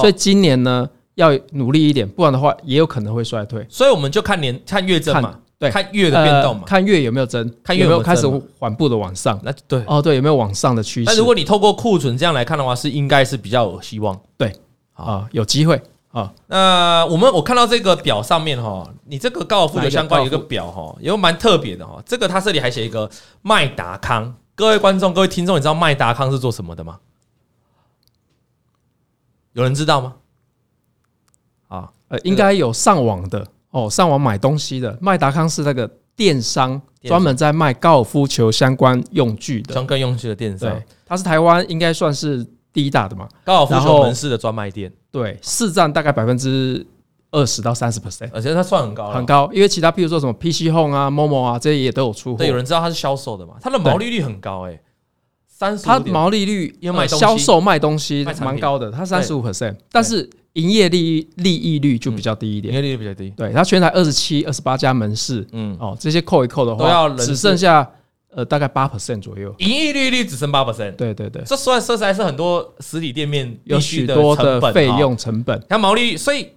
[SPEAKER 1] 所
[SPEAKER 2] 所
[SPEAKER 1] 以
[SPEAKER 2] 以
[SPEAKER 1] 今年呢要努力一点，不然的话也有可能会衰退。
[SPEAKER 2] 所以我们就看年看月增嘛
[SPEAKER 1] 看，对
[SPEAKER 2] 看月的变动嘛
[SPEAKER 1] 呃，看月有没有增，
[SPEAKER 2] 看月
[SPEAKER 1] 有没
[SPEAKER 2] 有
[SPEAKER 1] 有
[SPEAKER 2] 没有
[SPEAKER 1] 开始
[SPEAKER 2] 增嘛
[SPEAKER 1] 缓步的往上。
[SPEAKER 2] 那对。
[SPEAKER 1] 哦，对，有没有往上的趋势？
[SPEAKER 2] 但如果你透过库存这样来看的话，是应该是比较有希望。
[SPEAKER 1] 啊，有机会啊，
[SPEAKER 2] 那我们我看到这个表上面哈，你这个高尔夫球相关有一个表哈，有蛮特别的哈。这个它这里还写一个麦达康，各位观众、各位听众，你知道麦达康是做什么的吗？有人知道吗？啊，
[SPEAKER 1] 呃，应该有上网的哦，上网买东西的。麦达康是那个电商，
[SPEAKER 2] 电商
[SPEAKER 1] 专门在卖高尔夫球相关用具的。
[SPEAKER 2] 专更用具的电商
[SPEAKER 1] 对，，它是台湾应该算是第一大的嘛。
[SPEAKER 2] 高尔夫
[SPEAKER 1] 然
[SPEAKER 2] 球
[SPEAKER 1] 后
[SPEAKER 2] 门市的专卖店，
[SPEAKER 1] 对，市占大概百分之二十到三十 percent，
[SPEAKER 2] 而且它算很高了，
[SPEAKER 1] 很高。因为其他譬如说什么 PC Home 啊、Momo 啊这些也都有出货
[SPEAKER 2] 对，。有人知道它是销售的嘛？它的毛利率很高哎、欸，三十
[SPEAKER 1] 它毛利率
[SPEAKER 2] 因为卖
[SPEAKER 1] 呃
[SPEAKER 2] 东西
[SPEAKER 1] 销售卖东西
[SPEAKER 2] 卖产品
[SPEAKER 1] 蛮高的，它三十五 percent，但是营业利益利益率就比较低一
[SPEAKER 2] 营
[SPEAKER 1] 点。
[SPEAKER 2] 业率比较低，
[SPEAKER 1] 对，它全台二十七、二十八家门市
[SPEAKER 2] 嗯，
[SPEAKER 1] 哦，这些扣一扣的
[SPEAKER 2] 都要
[SPEAKER 1] 话，
[SPEAKER 2] 人
[SPEAKER 1] 只
[SPEAKER 2] 事
[SPEAKER 1] 剩下呃大概八 percent 左右。
[SPEAKER 2] 营业利率只剩八 percent，
[SPEAKER 1] 对对对，
[SPEAKER 2] 这算说实在是很多实体店面
[SPEAKER 1] 有
[SPEAKER 2] 必须
[SPEAKER 1] 许多
[SPEAKER 2] 成
[SPEAKER 1] 的
[SPEAKER 2] 本
[SPEAKER 1] 费
[SPEAKER 2] 啊
[SPEAKER 1] 用成本。
[SPEAKER 2] 它毛利率，所以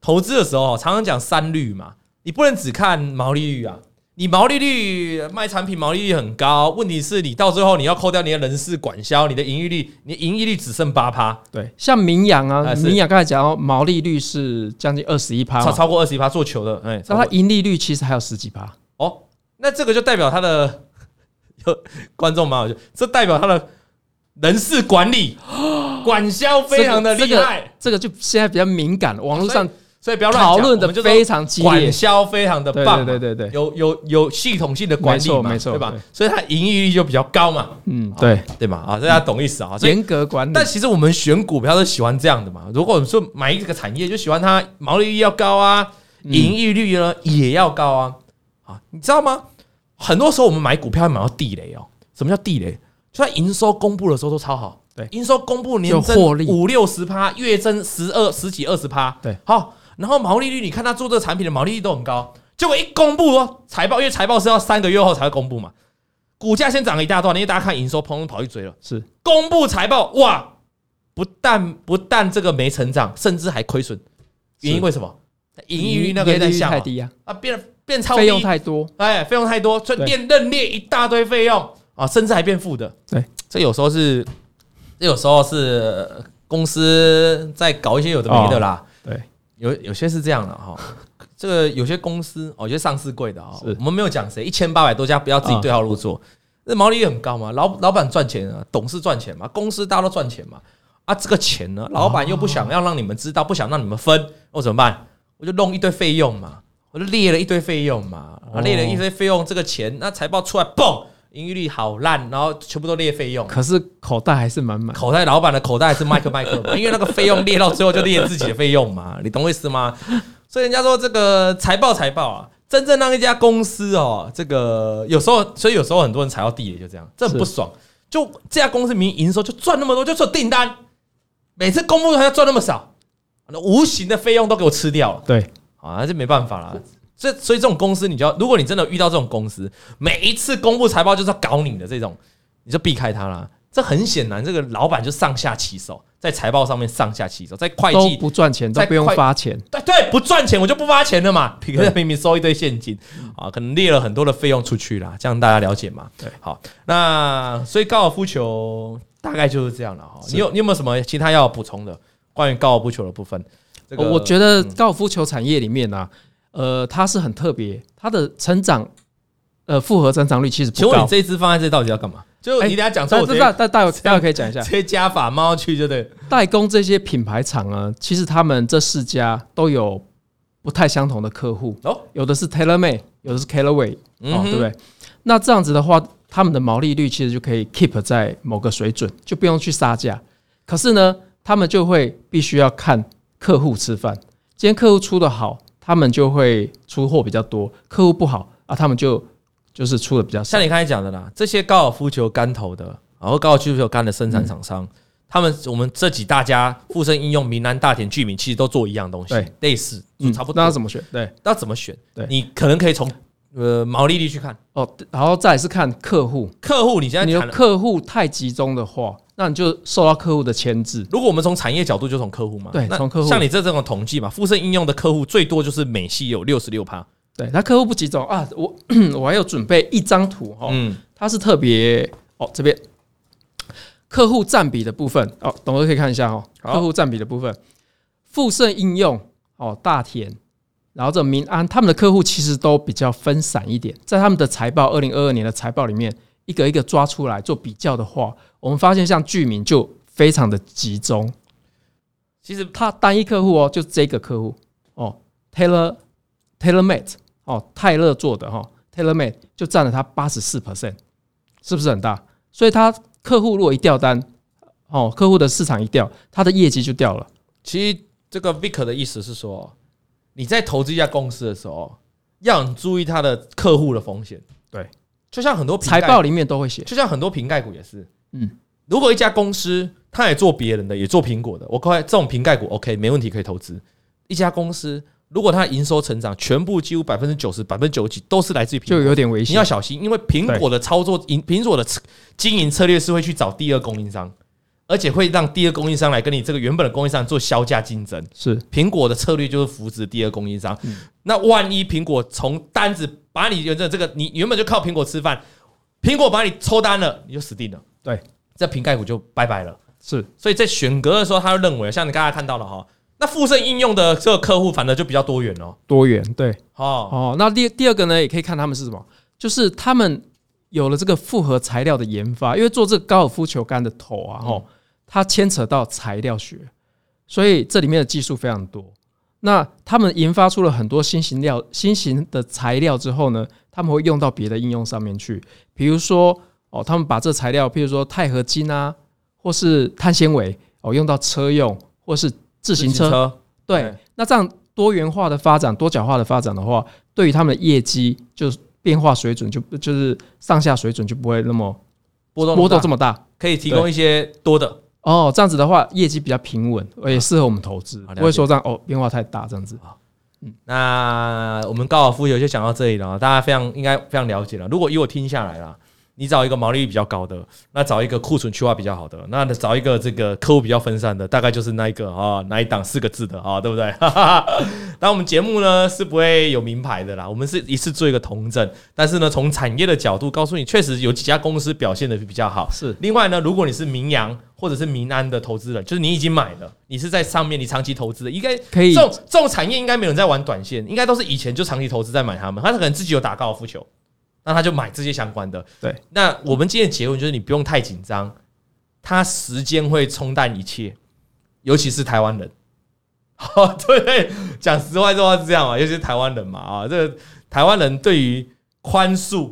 [SPEAKER 2] 投资的时候哦常常讲三率嘛，你不能只看毛利率啊。你毛利率卖产品毛利率很高，问题是你到最后你要扣掉你的人事管销，你的盈利率，你盈利率只剩八趴，
[SPEAKER 1] 对，像明阳啊，
[SPEAKER 2] 哎是
[SPEAKER 1] 明阳刚才讲到毛利率是将近二十一趴
[SPEAKER 2] 超
[SPEAKER 1] 嘛，
[SPEAKER 2] 超过二十一趴做球的，哎、
[SPEAKER 1] 那它盈利率其实还有十几趴，
[SPEAKER 2] 哦，那这个就代表他的 有观众蛮好笑，这代表他的人事管理管销非常的
[SPEAKER 1] 这
[SPEAKER 2] 厉
[SPEAKER 1] 个
[SPEAKER 2] 害，
[SPEAKER 1] 这个就现在比较敏感，网络上
[SPEAKER 2] 所以不要乱讲
[SPEAKER 1] 讨论
[SPEAKER 2] 我
[SPEAKER 1] 的
[SPEAKER 2] 们就说
[SPEAKER 1] 非常激烈
[SPEAKER 2] 管，销非常的
[SPEAKER 1] 对
[SPEAKER 2] 棒嘛，
[SPEAKER 1] 对对对对，
[SPEAKER 2] 有有有系统性的管理嘛，
[SPEAKER 1] 没错没错
[SPEAKER 2] 对吧
[SPEAKER 1] 对？
[SPEAKER 2] 所以它盈利率就比较高嘛，
[SPEAKER 1] 嗯，对，
[SPEAKER 2] 对嘛？啊，大家懂意思啊？所以
[SPEAKER 1] 严格管理
[SPEAKER 2] 但，其实我们选股票都喜欢这样的嘛。如果我们说买一个产业，就喜欢它毛利率要高啊，
[SPEAKER 1] 嗯
[SPEAKER 2] 盈利率呢也要高啊。啊，你知道吗？很多时候我们买股票会买到地雷哦。什么叫地雷？就在营收公布的时候都超好，
[SPEAKER 1] 对
[SPEAKER 2] 营收公布年
[SPEAKER 1] 就
[SPEAKER 2] 增
[SPEAKER 1] 获利
[SPEAKER 2] 五六十趴，月增十二十几二十趴，
[SPEAKER 1] 对，
[SPEAKER 2] 好。然后毛利率，你看他做这个产品的毛利率都很高，结果一公布哦，财报，因为财报是要三个月后才会公布嘛，股价先涨了一大段，因为大家看营收，砰砰跑去追了。
[SPEAKER 1] 是
[SPEAKER 2] 公布财报，哇，不但不但这个没成长，甚至还亏损。原因为什么？盈利率那个
[SPEAKER 1] 盈利
[SPEAKER 2] 在
[SPEAKER 1] 率
[SPEAKER 2] 下
[SPEAKER 1] 太
[SPEAKER 2] 嘛
[SPEAKER 1] 低啊，
[SPEAKER 2] 啊，变变超
[SPEAKER 1] 费用
[SPEAKER 2] 低，
[SPEAKER 1] 太多，
[SPEAKER 2] 哎，费用太多，所以
[SPEAKER 1] 对
[SPEAKER 2] 变认列一大堆费用啊，甚至还变负的。
[SPEAKER 1] 对，
[SPEAKER 2] 这有时候是，这有时候是呃公司在搞一些有的没的啦。
[SPEAKER 1] 对，
[SPEAKER 2] 有有些是这样的 哈、这个有些公司哦，有些上市贵的啊、
[SPEAKER 1] 是啊
[SPEAKER 2] 我们没有讲谁，一千八百多家，不要自己对号入座。那毛利率很高嘛，老老板赚钱啊，董事赚钱嘛，公司大家都赚钱嘛。啊，这个钱呢，老板又不想要让你们知道，不想让你们分，我怎么办？我就弄一堆费用嘛，我就列了一堆费用嘛，啊
[SPEAKER 1] 哦
[SPEAKER 2] 列了一堆费用，这个钱那财报出来，嘣，盈余率好烂，然后全部都列费用。
[SPEAKER 1] 可是口袋还是满满，
[SPEAKER 2] 口袋老板的口袋还是麦克麦克嘛，因为那个费用列到最后就列自己的费用嘛，你懂我意思吗？所以人家说这个财报财报啊，真正让一家公司哦，这个有时候，所以有时候很多人踩到地雷就这样，这很不爽。就这家公司明明营收就赚那么多，就做订单，每次公布还要赚那么少，那无形的费用都给我吃掉了。
[SPEAKER 1] 对，
[SPEAKER 2] 啊，这没办法啦。这所以这种公司，你就要，如果你真的遇到这种公司，每一次公布财报就是要搞你的这种，你就避开它啦。这很显然，这个老板就上下其手，在财报上面上下其手，在会
[SPEAKER 1] 都
[SPEAKER 2] 计
[SPEAKER 1] 不赚钱，都
[SPEAKER 2] 在
[SPEAKER 1] 不用
[SPEAKER 2] 快
[SPEAKER 1] 发钱，
[SPEAKER 2] 对对不赚钱我就不发钱了嘛，平时明明收一堆现金啊，可能列了很多的费用出去啦，这样大家了解嘛？
[SPEAKER 1] 对，
[SPEAKER 2] 好，那所以高尔夫球大概就是这样了哈。你有你有没有什么其他要补充的关于高尔夫球的部分？这个
[SPEAKER 1] 哦
[SPEAKER 2] 嗯
[SPEAKER 1] 我觉得高尔夫球产业里面啊，呃，它是很特别，它的成长，呃，复合增长率其实
[SPEAKER 2] 请
[SPEAKER 1] 不
[SPEAKER 2] 问你
[SPEAKER 1] 高。
[SPEAKER 2] 这一支放在这到底要干嘛？就
[SPEAKER 1] 哎
[SPEAKER 2] 你等一下讲
[SPEAKER 1] 这
[SPEAKER 2] 说，我直
[SPEAKER 1] 这
[SPEAKER 2] 接
[SPEAKER 1] 大大大大家可以讲一下，
[SPEAKER 2] 直接加法猫去就对。
[SPEAKER 1] 代工这些品牌厂啊，其实他们这四家都有不太相同的客户，
[SPEAKER 2] 哦，
[SPEAKER 1] 有的是 TaylorMade，有的是 Callaway，、
[SPEAKER 2] 嗯
[SPEAKER 1] 哦，
[SPEAKER 2] 哼
[SPEAKER 1] 对不对？那这样子的话，他们的毛利率其实就可以 keep 在某个水准，就不用去杀价。可是呢，他们就会必须要看客户吃饭。今天客户出的好，他们就会出货比较多；客户不好啊，他们就就是出的比较少
[SPEAKER 2] 像。你刚才讲的啦，这些高尔夫球杆头的，然后高尔夫球杆的生产厂商，他们我们这几大家富盛应用、明南、大田、聚敏，其实都做一样东西
[SPEAKER 1] 对，
[SPEAKER 2] 类似，
[SPEAKER 1] 嗯
[SPEAKER 2] 差不
[SPEAKER 1] 那要
[SPEAKER 2] 多。
[SPEAKER 1] 怎么选？对
[SPEAKER 2] 那怎么选
[SPEAKER 1] 对？
[SPEAKER 2] 你可能可以从呃毛利率去看
[SPEAKER 1] 哦，然后再来是看客户，
[SPEAKER 2] 客户，你现
[SPEAKER 1] 你
[SPEAKER 2] 在
[SPEAKER 1] 的
[SPEAKER 2] 谈了。
[SPEAKER 1] 客户太集中的话，那你就受到客户的牵制。
[SPEAKER 2] 如果我们从产业角度，就从客户嘛。
[SPEAKER 1] 对
[SPEAKER 2] 那
[SPEAKER 1] 从客户
[SPEAKER 2] 像你这这种统计嘛，富盛应用的客户最多就是美系有六十六趴。
[SPEAKER 1] 对，那客户不集中啊，我 我还有准备一张图哈、哦，
[SPEAKER 2] 嗯，
[SPEAKER 1] 它是特别哦这边客户占比的部分哦，董哥可以看一下哦，
[SPEAKER 2] 好
[SPEAKER 1] 客户占比的部分，富盛应用哦大田，然后这民安他们的客户其实都比较分散一点，在他们的财报二零二二年的财报里面，一个一个抓出来做比较的话，我们发现像居民就非常的集中，
[SPEAKER 2] 其实
[SPEAKER 1] 他单一客户哦，就这个客户哦，Taylor Taylor Mate 哦，泰勒做的哈、哦、，Taylor Mate 就占了他八十四 percent，是不是很大？所以他客户如果一掉单，哦，客户的市场一掉，他的业绩就掉了。
[SPEAKER 2] 其实这个 Vic 的意思是说，你在投资一家公司的时候，要很注意它的客户的风险。
[SPEAKER 1] 对，
[SPEAKER 2] 就像很多瓶盖
[SPEAKER 1] 财报，里面都会写，
[SPEAKER 2] 就像很多瓶盖股也是，
[SPEAKER 1] 嗯，
[SPEAKER 2] 如果一家公司它也做别人的，也做苹果的，我快这种瓶盖股 OK 没问题可以投资。一家公司如果它的营收成长全部几乎百分之九十、百分之九十几都是来自于苹
[SPEAKER 1] 就
[SPEAKER 2] 果。
[SPEAKER 1] 有点危
[SPEAKER 2] 你要
[SPEAKER 1] 险。
[SPEAKER 2] 小心，因为苹果的操作，营苹果的策经营策略是会去找第二供应商，而且会让第二供应商来跟你这个原本的供应商做销价竞争。
[SPEAKER 1] 是
[SPEAKER 2] 苹果的策略就是扶持第二供应商。
[SPEAKER 1] 嗯
[SPEAKER 2] 那万一苹果从单子把你原本这个你原本就靠苹果吃饭，苹果把你抽单了，你就死定了。
[SPEAKER 1] 对，
[SPEAKER 2] 这瓶盖股就拜拜了。
[SPEAKER 1] 是
[SPEAKER 2] 所以在选择的时候，他就认为，像你刚才看到了哈，那附胜应用的这个客户反而就比较多元哦。
[SPEAKER 1] 多元对
[SPEAKER 2] 哦，
[SPEAKER 1] 哦。那第第二个呢，也可以看他们是什么，就是他们有了这个复合材料的研发，因为做这个高尔夫球杆的头啊，哦，它牵扯到材料学，所以这里面的技术非常多。那他们研发出了很多新型料、新型的材料之后呢，他们会用到别的应用上面去，比如说哦，他们把这材料，譬如说钛合金啊，或是碳纤维哦，用到车用或是自行车，对
[SPEAKER 2] 对，
[SPEAKER 1] 那这样多元化的发展、多角化的发展的话，对于他们的业绩就是变化水准就就是上下水准就不会那么
[SPEAKER 2] 波动
[SPEAKER 1] 波动这
[SPEAKER 2] 么
[SPEAKER 1] 么大。
[SPEAKER 2] 大可以提供一些多的。
[SPEAKER 1] 哦，这样子的话，业绩比较平稳，也适合我们投资，
[SPEAKER 2] 好了解
[SPEAKER 1] 不会说这样哦变化太大这样子。
[SPEAKER 2] 那我们高尔夫球就讲到这里了，大家非常应该非常了解了。如果以我听下来啦，你找一个毛利率比较高的，那找一个库存去化比较好的，那找一个这个客户比较分散的，大概就是那一个啊、哪一档四个字的啊、对不 对？那我们节目呢是不会有名牌的啦，我们是一次做一个同整，但是呢，从产业的角度告诉你，确实有几家公司表现的比较好。
[SPEAKER 1] 是
[SPEAKER 2] 另外呢，如果你是明阳或者是民安的投资人，就是你已经买了，你是在上面你长期投资的，应该
[SPEAKER 1] 可以
[SPEAKER 2] 这种这种产业应该没有人在玩短线，应该都是以前就长期投资在买他们，他可能自己有打高尔夫球，那他就买这些相关的。
[SPEAKER 1] 对，
[SPEAKER 2] 那我们今天的结论就是你不用太紧张，它时间会冲淡一切，尤其是台湾人。 哦，对对，讲实话，这话是这样啊，尤其是台湾人嘛啊，这个台湾人对于宽恕、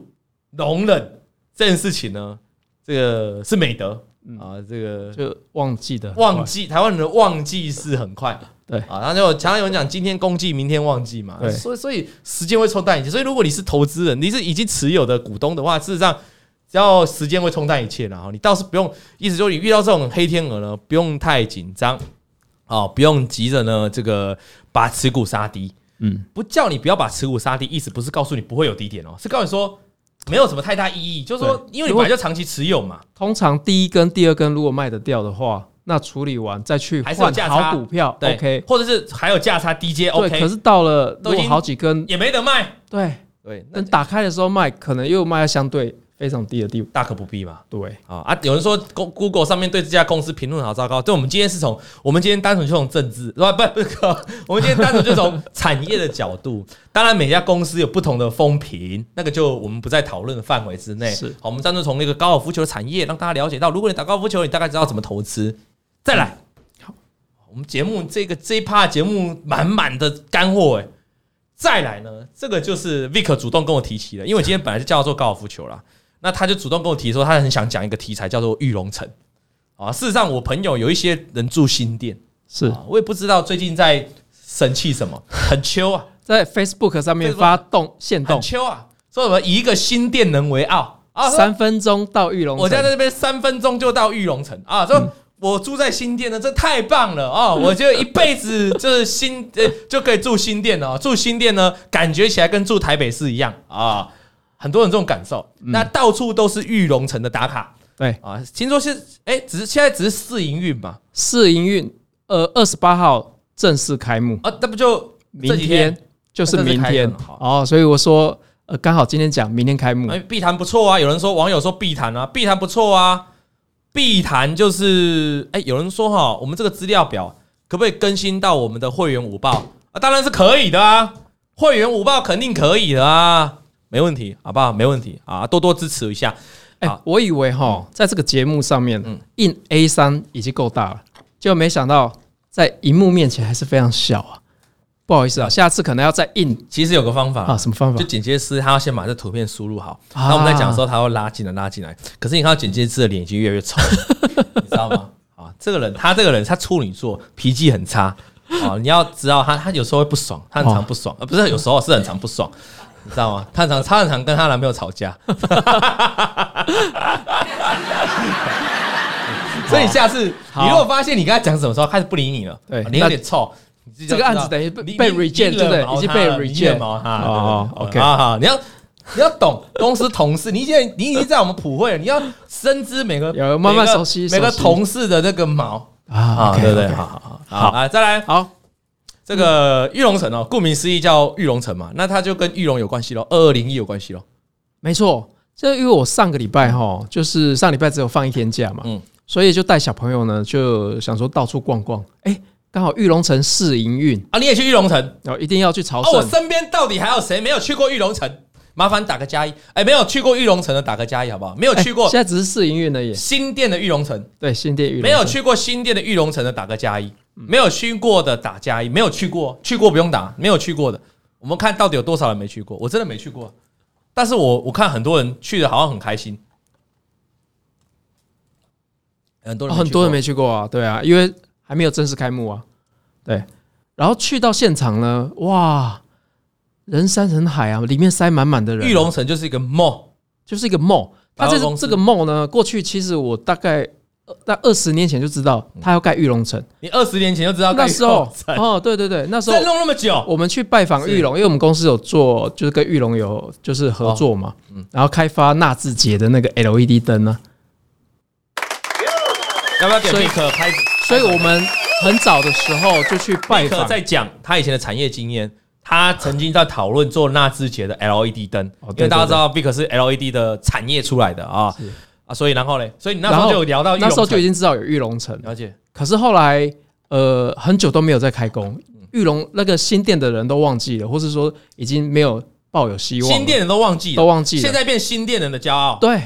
[SPEAKER 2] 容忍这件事情呢，这个是美德
[SPEAKER 1] 嗯
[SPEAKER 2] 啊，这个
[SPEAKER 1] 就忘记的
[SPEAKER 2] 忘记台湾人的忘记是很快，
[SPEAKER 1] 对
[SPEAKER 2] 啊，然后就常常有人讲今天公祭，明天忘记嘛，
[SPEAKER 1] 对
[SPEAKER 2] 所以所以时间会冲淡一切，所以如果你是投资人，你是已经持有的股东的话，事实上只要时间会冲淡一切然后你倒是不用，意思就是你遇到这种黑天鹅呢，不用太紧张，哦，不用急着呢这个把持股杀低，
[SPEAKER 1] 嗯，
[SPEAKER 2] 不叫你不要把持股杀低，意思不是告诉你不会有低点哦，是告诉你说没有什么太大意义，就是说
[SPEAKER 1] 对
[SPEAKER 2] 因为你本来就长期持有嘛，
[SPEAKER 1] 通常第一根、第二根如果卖得掉的话，那处理完再去
[SPEAKER 2] 还是有
[SPEAKER 1] 换
[SPEAKER 2] 价差
[SPEAKER 1] 好股票
[SPEAKER 2] 对
[SPEAKER 1] ，OK。
[SPEAKER 2] 或者是还有价差低阶
[SPEAKER 1] 对，可
[SPEAKER 2] OK，
[SPEAKER 1] 是到了
[SPEAKER 2] 都
[SPEAKER 1] 如
[SPEAKER 2] 已
[SPEAKER 1] 果
[SPEAKER 2] 经
[SPEAKER 1] 好几根，
[SPEAKER 2] 也没得卖。
[SPEAKER 1] 对，
[SPEAKER 2] 对，那
[SPEAKER 1] 等打开的时候卖，可能又卖到相对非常低的地
[SPEAKER 2] 大可不必嘛。
[SPEAKER 1] 对，
[SPEAKER 2] 啊啊！有人说 Go- Google 上面对这家公司评论好糟糕，对我们今天是从我们今天单纯就从政治，不不不 是，我们今天单纯就从产业的角度。 当然，每家公司有不同的风评，那个就我们不在讨论的范围之内。
[SPEAKER 1] 是
[SPEAKER 2] 好，我们单纯从那个高尔夫球的产业，让大家了解到，如果你打高尔夫球，你大概知道怎么投资。再来，好，我们节目这个这一趴节目满满的干货哎、再来呢，这个就是 Vic 主动跟我提起的，因为我今天本来是叫他做高尔夫球啦，那他就主动跟我提说，他很想讲一个题材叫做玉龙城啊。事实上，我朋友有一些人住新店，
[SPEAKER 1] 是
[SPEAKER 2] 啊，我也不知道最近在神气什么，很秋啊，
[SPEAKER 1] 在 Facebook 上面
[SPEAKER 2] Facebook
[SPEAKER 1] 发动限
[SPEAKER 2] 很
[SPEAKER 1] 动，
[SPEAKER 2] 秋啊，说什么以一个新店人为傲啊，说
[SPEAKER 1] 三分钟到玉龙城。嗯
[SPEAKER 2] 我在这边三分钟就到玉龙城啊，说。我住在新店呢，这太棒了哦！我就一辈子就是新 呃就可以住新店了哦，住新店呢，感觉起来跟住台北市一样啊，很多人这种感受。
[SPEAKER 1] 嗯
[SPEAKER 2] 那到处都是玉龙城的打卡，
[SPEAKER 1] 对
[SPEAKER 2] 啊，听说是哎、只是现在只是试营运嘛，
[SPEAKER 1] 试营运，呃，二十八号正式开幕，
[SPEAKER 2] 啊，那不就
[SPEAKER 1] 明
[SPEAKER 2] 这几天？
[SPEAKER 1] 就是明
[SPEAKER 2] 正式开
[SPEAKER 1] 天
[SPEAKER 2] 幕好
[SPEAKER 1] 哦，所以我说，呃，刚好今天讲，明天开幕
[SPEAKER 2] 哎，，碧潭不错啊，有人说网友说碧潭啊，碧潭不错啊，碧潭就是哎、有人说哈，我们这个资料表可不可以更新到我们的会员午报啊？当然是可以的啊，会员午报肯定可以的啊，没问题，好不好？没问题啊，多多支持一下。
[SPEAKER 1] 哎
[SPEAKER 2] 好，
[SPEAKER 1] 我以为哈，在这个节目上面
[SPEAKER 2] 嗯，
[SPEAKER 1] 印 A 三已经够大了，结果没想到在荧幕面前还是非常小啊，不好意思啊，下次可能要再印
[SPEAKER 2] 其实有个方法
[SPEAKER 1] 啊，什么方法
[SPEAKER 2] 就？剪接师他要先把这图片输入好，
[SPEAKER 1] 啊
[SPEAKER 2] 然后我们在讲的时候，他会拉进来拉进来。可是你看到剪接师的脸已经越来越丑，你知道吗？啊，这个人他这个人他处女座，脾气很差。啊，你要知道他他有时候会不爽，他很常不爽，呃、不是有时候是很常不爽，你知道吗？他很常他很常跟他男朋友吵架。所以下次
[SPEAKER 1] 好
[SPEAKER 2] 你如果发现你跟他讲什么时候开始不理你了，
[SPEAKER 1] 对
[SPEAKER 2] 你有点臭。你自己
[SPEAKER 1] 这
[SPEAKER 2] 就
[SPEAKER 1] 个
[SPEAKER 2] 知道
[SPEAKER 1] 案子等于被
[SPEAKER 2] 你
[SPEAKER 1] 被
[SPEAKER 2] 你
[SPEAKER 1] reject，
[SPEAKER 2] 你
[SPEAKER 1] 对不对
[SPEAKER 2] 惹毛
[SPEAKER 1] 已经
[SPEAKER 2] 他
[SPEAKER 1] 被
[SPEAKER 2] 了你
[SPEAKER 1] reject
[SPEAKER 2] 惹毛他了
[SPEAKER 1] 哦
[SPEAKER 2] 对
[SPEAKER 1] ，OK
[SPEAKER 2] 好好，你要 你要懂公司同事，你现在你已经在我们普惠了，你要深知每个
[SPEAKER 1] 有慢慢
[SPEAKER 2] 每个
[SPEAKER 1] 熟悉
[SPEAKER 2] 每个
[SPEAKER 1] 熟悉
[SPEAKER 2] 同事的这个毛
[SPEAKER 1] 啊
[SPEAKER 2] 对不对？
[SPEAKER 1] OK，OK
[SPEAKER 2] 好好好好啊，再来
[SPEAKER 1] 好，
[SPEAKER 2] 这个玉龙城哦，顾名思义叫玉龙城嘛，那它就跟玉龙有关系咯，二二零一有关系咯。
[SPEAKER 1] 没错，这因为我上个礼拜哈，就是上礼拜只有放一天假嘛，
[SPEAKER 2] 嗯
[SPEAKER 1] 所以就带小朋友呢，就想说到处逛逛。哎、刚好玉龙城试营运，
[SPEAKER 2] 啊，你也去玉龙城
[SPEAKER 1] 然后一定要去朝
[SPEAKER 2] 哦？我
[SPEAKER 1] 圣。
[SPEAKER 2] 身边到底还有谁没有去过玉龙城？麻烦打个加一，哎，没有去过玉龙城的打个加一好不好？没有去过
[SPEAKER 1] 现在只是试营运而已。
[SPEAKER 2] 新店的玉龙城，
[SPEAKER 1] 对，新店玉龙嗯
[SPEAKER 2] 没有去过新店的玉龙城的打个加一，没有去过的打加一，没有去过，去过不用打，没有去过的，我们看到底有多少人没去过？我真的没去过，但是我我看很多人去的好像很开心，很多
[SPEAKER 1] 城、
[SPEAKER 2] 人
[SPEAKER 1] 哦很多人
[SPEAKER 2] 没
[SPEAKER 1] 没去过啊，对啊，因为还没有正式开幕啊。对，然后去到现场呢，哇，人山人海啊，里面塞满满的
[SPEAKER 2] 去
[SPEAKER 1] 人
[SPEAKER 2] 过
[SPEAKER 1] 啊、
[SPEAKER 2] 玉龙城就是一个梦，
[SPEAKER 1] 就是一个梦。它这
[SPEAKER 2] 百货公
[SPEAKER 1] 个
[SPEAKER 2] 司
[SPEAKER 1] 这个梦呢，过去其实我大概呃大二十年前就知道
[SPEAKER 2] 嗯
[SPEAKER 1] 它要盖玉龙城。
[SPEAKER 2] 你二十年前就知道
[SPEAKER 1] 那
[SPEAKER 2] 盖玉
[SPEAKER 1] 时候
[SPEAKER 2] 龙城
[SPEAKER 1] 哦，对对对，那时候
[SPEAKER 2] 再弄那么久，
[SPEAKER 1] 我们去拜访玉龙，因为我们公司有做，就是跟玉龙有就是合作嘛，
[SPEAKER 2] 哦嗯
[SPEAKER 1] 然后开发纳智捷的那个 LED 灯啊呢、
[SPEAKER 2] 要不要点
[SPEAKER 1] 所以
[SPEAKER 2] 立刻拍？
[SPEAKER 1] 所以我们很早的时候就去拜
[SPEAKER 2] 立刻
[SPEAKER 1] 访，
[SPEAKER 2] 在讲他以前的产业经验。他曾经在讨论做纳智捷的 LED 灯，
[SPEAKER 1] 哦对
[SPEAKER 2] 因为大家知道 Vic 是 LED 的产业出来的啊
[SPEAKER 1] 是
[SPEAKER 2] 啊，所以然后嘞，所以你那时
[SPEAKER 1] 然
[SPEAKER 2] 候
[SPEAKER 1] 后
[SPEAKER 2] 就有聊到玉龙
[SPEAKER 1] 那时候就已
[SPEAKER 2] 城
[SPEAKER 1] 经知道有玉龙城了，
[SPEAKER 2] 了解，
[SPEAKER 1] 可是后来呃很久都没有再开工，
[SPEAKER 2] 嗯
[SPEAKER 1] 玉龙那个新店的人都忘记了，或是说已经没有抱有希望了，
[SPEAKER 2] 新店人都忘记
[SPEAKER 1] 都
[SPEAKER 2] 了，
[SPEAKER 1] 忘记了，
[SPEAKER 2] 现在变新店人的骄傲。
[SPEAKER 1] 对，